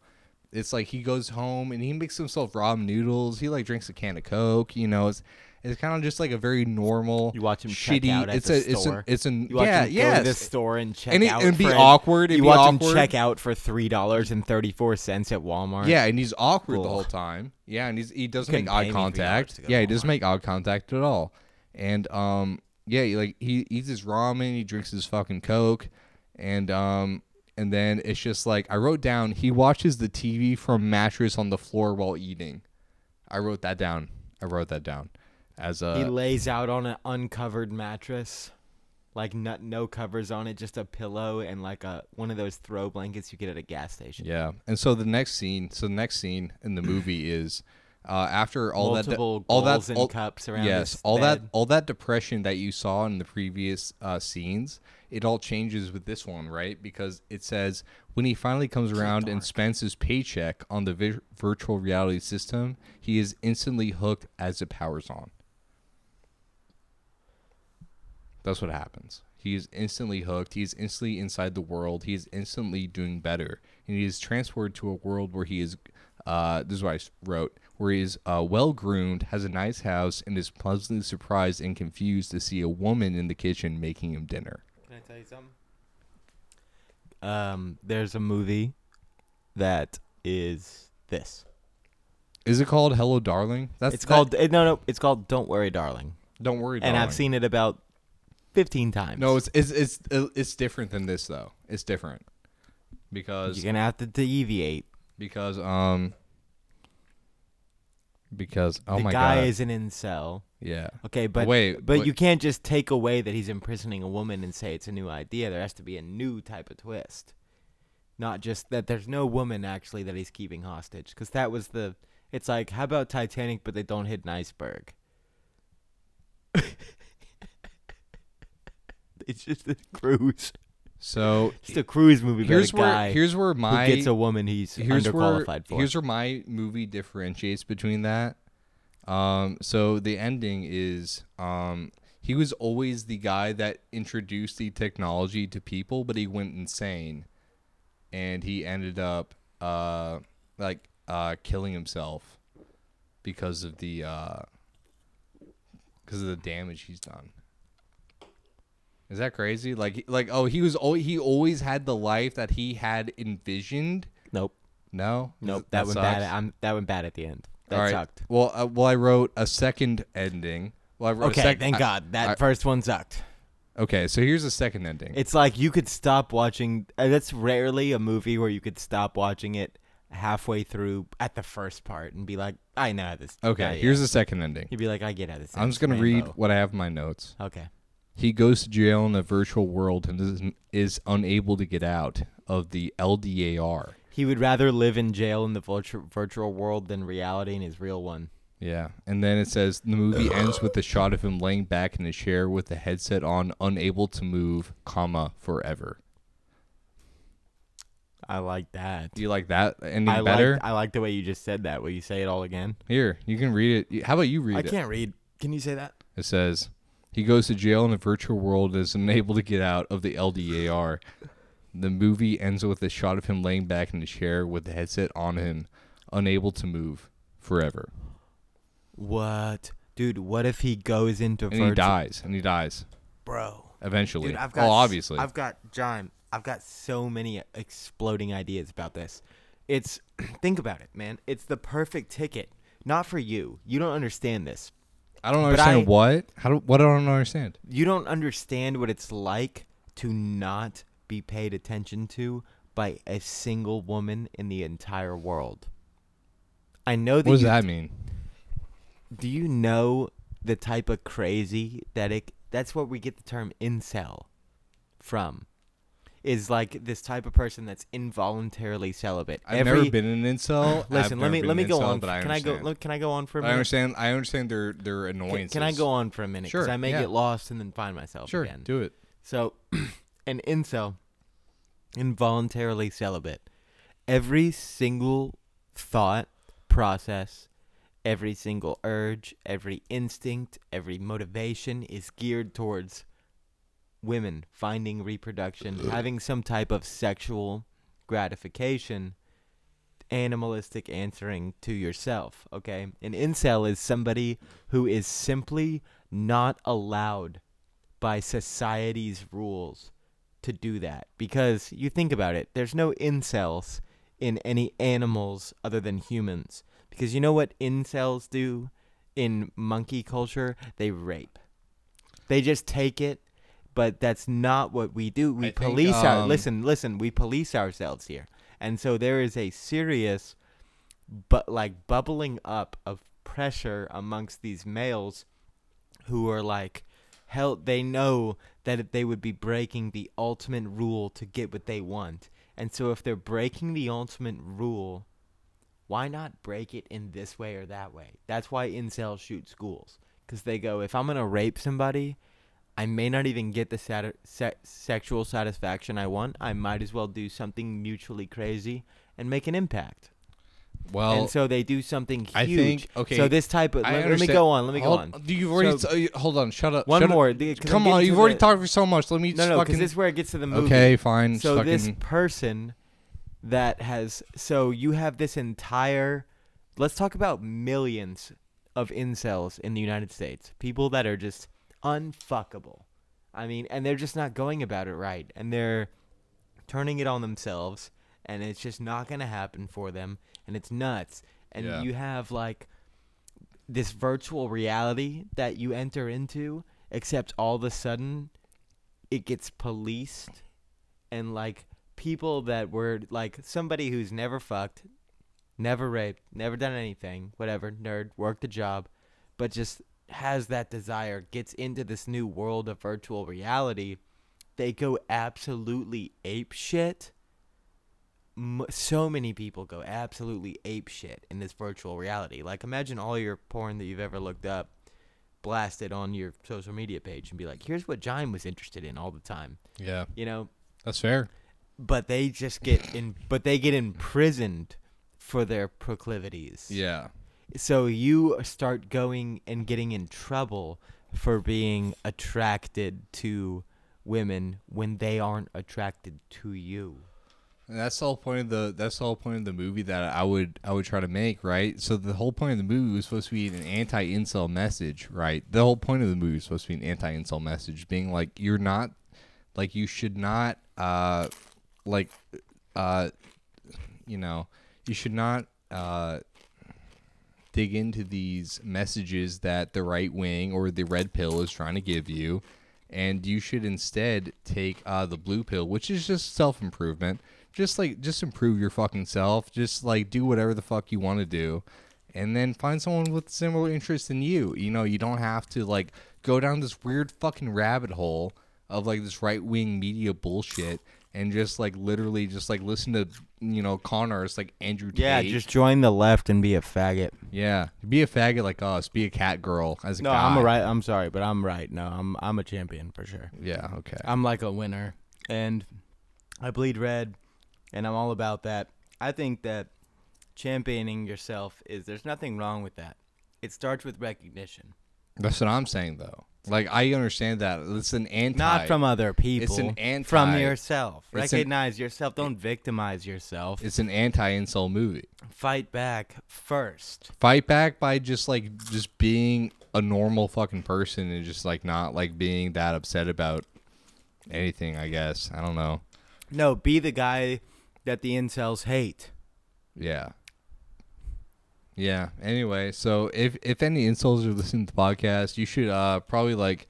Speaker 2: It's like he goes home and he makes himself ramen noodles. He like drinks a can of Coke. You know, it's it's kind of just like a very normal.
Speaker 1: You watch him
Speaker 2: shitty.
Speaker 1: check out at
Speaker 2: it's
Speaker 1: the store.
Speaker 2: a, It's an. It's an.
Speaker 1: You watch
Speaker 2: yeah.
Speaker 1: him go
Speaker 2: yes.
Speaker 1: to the store and check
Speaker 2: And it-
Speaker 1: out.
Speaker 2: it'd be
Speaker 1: for an-
Speaker 2: awkward, it'd
Speaker 1: you
Speaker 2: be
Speaker 1: watch him
Speaker 2: awkward.
Speaker 1: check out for three dollars and thirty-four cents at Walmart.
Speaker 2: Yeah, and he's awkward the
Speaker 1: Ugh.
Speaker 2: whole time. Yeah, and he's, he doesn't
Speaker 1: Couldn't
Speaker 2: make
Speaker 1: pay
Speaker 2: eye
Speaker 1: me $3
Speaker 2: contact.
Speaker 1: to go
Speaker 2: Yeah, he
Speaker 1: to Walmart.
Speaker 2: doesn't make eye contact at all. And um, yeah, he, like he eats his ramen, he drinks his fucking coke, and um, and then it's just like I wrote down he watches the TV from mattress on the floor while eating. I wrote that down. I wrote that down as a
Speaker 1: he lays out on an uncovered mattress, like no, no covers on it, just a pillow and like a one of those throw blankets you get at a gas station.
Speaker 2: Yeah, and so the next scene, so the next scene in the movie is uh, after all
Speaker 1: Multiple
Speaker 2: that, all
Speaker 1: goals
Speaker 2: that,
Speaker 1: and
Speaker 2: all,
Speaker 1: cups around
Speaker 2: Yes,
Speaker 1: his
Speaker 2: all that,
Speaker 1: bed.
Speaker 2: all that depression that you saw in the previous uh, scenes, it all changes with this one, right? Because it says when he finally comes around and spends his paycheck on the vi- virtual reality system, he is instantly hooked as it powers on. That's what happens. He is instantly hooked. He is instantly inside the world. He is instantly doing better. And he is transported to a world where he is, uh, this is what I s- wrote, where he is uh, well groomed, has a nice house, and is pleasantly surprised and confused to see a woman in the kitchen making him dinner.
Speaker 1: Can I tell you something? Um, there's a movie that is this.
Speaker 2: Is it called Hello Darling? That's
Speaker 1: it's
Speaker 2: that-
Speaker 1: called eh, no no. It's called Don't Worry, Darling.
Speaker 2: Don't worry,
Speaker 1: And
Speaker 2: Darling.
Speaker 1: I've seen it about fifteen times.
Speaker 2: No, it's it's it's it's different than this though. It's different because
Speaker 1: you're gonna have to deviate.
Speaker 2: because um because oh
Speaker 1: the
Speaker 2: my
Speaker 1: guy
Speaker 2: god
Speaker 1: is an incel.
Speaker 2: yeah
Speaker 1: Okay, but
Speaker 2: Wait,
Speaker 1: but
Speaker 2: what-
Speaker 1: you can't just take away that he's imprisoning a woman and say it's a new idea. There has to be a new type of twist, not just that there's no woman actually that he's keeping hostage. Because that was the. It's like how about Titanic, but they don't hit an iceberg. it's just a cruise.
Speaker 2: so
Speaker 1: It's a cruise movie.
Speaker 2: here's
Speaker 1: about a
Speaker 2: where
Speaker 1: guy
Speaker 2: here's where my
Speaker 1: who gets a woman he's
Speaker 2: here's where
Speaker 1: underqualified for.
Speaker 2: here's where my movie differentiates between that. Um, so the ending is um, he was always the guy that introduced the technology to people, but he went insane, and he ended up uh, like uh, killing himself because of the uh, because of the damage he's done. Is that crazy? Like, like, oh, he was al- he always had the life that he had envisioned,
Speaker 1: nope,
Speaker 2: no,
Speaker 1: nope.
Speaker 2: Th-
Speaker 1: That, went
Speaker 2: sucks.
Speaker 1: bad. I'm that went bad at the end. That
Speaker 2: All right.
Speaker 1: sucked.
Speaker 2: Well, uh, well, I wrote a second ending. Well, I wrote
Speaker 1: Okay,
Speaker 2: A sec-
Speaker 1: thank
Speaker 2: I-
Speaker 1: God that
Speaker 2: I-
Speaker 1: first one sucked.
Speaker 2: okay, so here's a second ending.
Speaker 1: It's like you could stop watching. uh, That's rarely a movie where you could stop watching it halfway through at the first part and be like, "I know how this."
Speaker 2: okay,
Speaker 1: uh, yeah.
Speaker 2: here's a second ending.
Speaker 1: You'd be like, "I get how this."
Speaker 2: I'm
Speaker 1: ends,
Speaker 2: just gonna read
Speaker 1: Rambo."
Speaker 2: what I have in my notes.
Speaker 1: Okay.
Speaker 2: He goes to jail in a virtual world and is, is unable to get out of the LDAR.
Speaker 1: He would rather live in jail in the virtu- virtual world than reality in his real one.
Speaker 2: Yeah, and then it says the movie ends with the shot of him laying back in his chair with the headset on, unable to move, comma forever.
Speaker 1: I like that.
Speaker 2: Do you like that ending
Speaker 1: I
Speaker 2: better?
Speaker 1: like. I like the way you just said that. Will you say it all again?
Speaker 2: Here, you can read it. How about you read
Speaker 1: I
Speaker 2: it?
Speaker 1: can't read. Can you say that?
Speaker 2: It says he goes to jail in a virtual world and is unable to get out of the LDAR. The movie ends with a shot of him laying back in his chair with the headset on him, unable to move forever.
Speaker 1: What, dude? What if he goes into
Speaker 2: And he dies. And he dies
Speaker 1: bro?
Speaker 2: eventually.
Speaker 1: Dude, I've got
Speaker 2: oh,
Speaker 1: s-
Speaker 2: obviously.
Speaker 1: I've got John. I've got so many exploding ideas about this. It's think about it, man. It's the perfect ticket. Not for you. You don't understand this.
Speaker 2: I don't
Speaker 1: But
Speaker 2: understand
Speaker 1: I-
Speaker 2: what. How do what I don't understand?
Speaker 1: You don't understand what it's like to not be paid attention to by a single woman in the entire world. I know that
Speaker 2: What does
Speaker 1: you
Speaker 2: that mean?
Speaker 1: Do you know the type of crazy that it? That's where we get the term incel from. Is like this type of person that's involuntarily celibate.
Speaker 2: I've never been in an incel. I've
Speaker 1: Listen, let
Speaker 2: never
Speaker 1: me
Speaker 2: been
Speaker 1: let me
Speaker 2: an
Speaker 1: go
Speaker 2: incel,
Speaker 1: on.
Speaker 2: But I
Speaker 1: can I go?
Speaker 2: understand.
Speaker 1: Let, can I go on for a
Speaker 2: I
Speaker 1: minute?
Speaker 2: understand. I understand their their
Speaker 1: Can,
Speaker 2: annoyances.
Speaker 1: can I go on for a minute? Because
Speaker 2: Sure,
Speaker 1: I may
Speaker 2: yeah.
Speaker 1: get lost and then find myself
Speaker 2: Sure,
Speaker 1: again.
Speaker 2: do it.
Speaker 1: So, an incel, involuntarily celibate. Every single thought, process, every single urge, every instinct, every motivation is geared towards women finding reproduction, having some type of sexual gratification, animalistic answering to yourself. Okay? An incel is somebody who is simply not allowed by society's rules to do that because you think about it there's no incels in any animals other than humans because you know what incels do in monkey culture they rape they just take it but that's not what we do we
Speaker 2: I think,
Speaker 1: police our
Speaker 2: um,
Speaker 1: listen listen we police ourselves here and so there is a serious but like bubbling up of pressure amongst these males who are like hell they know that if they would be breaking the ultimate rule to get what they want and so if they're breaking the ultimate rule why not break it in this way or that way that's why incels shoot schools because they go if i'm gonna rape somebody i may not even get the sati- se- sexual satisfaction i want i might as well do something mutually crazy and make an impact
Speaker 2: Well,
Speaker 1: and so they do something huge.
Speaker 2: I think- okay,
Speaker 1: So this type of
Speaker 2: I
Speaker 1: let, let me
Speaker 2: understand-
Speaker 1: go on. Let me go
Speaker 2: hold,
Speaker 1: on.
Speaker 2: Do you've already?
Speaker 1: So-
Speaker 2: t- uh, hold on. Shut up.
Speaker 1: One
Speaker 2: shut up.
Speaker 1: more. the- 'cause I'm
Speaker 2: Come on.
Speaker 1: getting to
Speaker 2: You've already
Speaker 1: the-
Speaker 2: talked for so much. Let me.
Speaker 1: No,
Speaker 2: just
Speaker 1: no, because
Speaker 2: fucking,
Speaker 1: this is where it gets to the movie.
Speaker 2: Okay, fine.
Speaker 1: So
Speaker 2: fucking,
Speaker 1: this person that has so you have this entire. Let's talk about millions of incels in the United States. People that are just unfuckable. I mean, and they're just not going about it right, and they're turning it on themselves, and it's just not gonna happen for them, and it's nuts. And
Speaker 2: Yeah.
Speaker 1: you have like this virtual reality that you enter into, except all of a sudden it gets policed and like people that were like somebody who's never fucked, never raped, never done anything, whatever, nerd, worked a job, but just has that desire, gets into this new world of virtual reality, they go absolutely ape shit. M- so many people go absolutely ape shit in this virtual reality. Like imagine all your porn that you've ever looked up blasted on your social media page and be like, "Here's what Jime was interested in all the time."
Speaker 2: Yeah,
Speaker 1: You know,
Speaker 2: that's fair.
Speaker 1: but they just get in but they get imprisoned for their proclivities
Speaker 2: Yeah.
Speaker 1: so you start going and getting in trouble for being attracted to women when they aren't attracted to you
Speaker 2: And that's the whole point of the that's the whole point of the movie that I would I would try to make, right? So the whole point of the movie was supposed to be an anti incel message, right? The whole point of the movie was supposed to be an anti incel message, being like you're not like you should not uh like uh you know, you should not uh dig into these messages that the right wing or the red pill is trying to give you, and you should instead take uh, the blue pill, which is just self improvement. Just like just improve your fucking self. Just like do whatever the fuck you want to do, and then find someone with similar interests in you. You know, you don't have to like go down this weird fucking rabbit hole of like this right wing media bullshit. And just like literally, just like listen to you know con artists like Andrew Tate.
Speaker 1: join the left and be a faggot
Speaker 2: Yeah, be a faggot like us. Be a cat girl as a
Speaker 1: no
Speaker 2: guy.
Speaker 1: i'm a right i'm sorry but i'm right no i'm i'm a champion for sure
Speaker 2: Yeah. Okay.
Speaker 1: I'm like a winner, and I bleed red, and I'm all about that. I think that championing yourself is there's nothing wrong with that. It starts with recognition,
Speaker 2: That's what I'm saying though. Like I understand that it's an anti.
Speaker 1: not from other people.
Speaker 2: an anti-
Speaker 1: from yourself.
Speaker 2: it's an-
Speaker 1: Recognize yourself. Don't victimize yourself.
Speaker 2: It's an anti-insult movie.
Speaker 1: Fight back first.
Speaker 2: Fight back by just like just being a normal fucking person and just like not like being that upset about anything. I guess I don't know.
Speaker 1: No, be the guy that the incels hate.
Speaker 2: Yeah. Yeah. Anyway, so if if any insults are listening to the podcast, you should uh probably like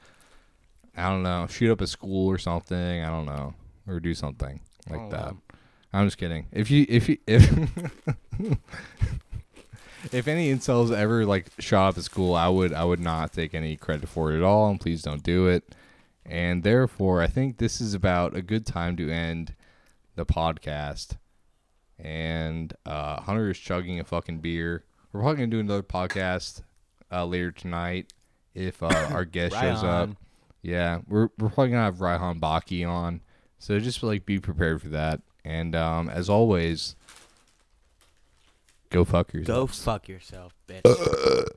Speaker 2: I don't know, shoot up a school or something. I don't know, or do something like
Speaker 1: Oh,
Speaker 2: that.
Speaker 1: wow.
Speaker 2: I'm just kidding. If you if you if if any insults ever like shot up a school, I would I would not take any credit for it at all, and please don't do it. And therefore, I think this is about a good time to end the podcast. And uh, Hunter is chugging a fucking beer. We're probably gonna do another podcast uh, later tonight if uh, our guest shows up.
Speaker 1: Ryan.
Speaker 2: Yeah, we're we're probably gonna have Raihan Baki on, so just like be prepared for that. And um, as always, go fuck yourself.
Speaker 1: Go fuck yourself, bitch.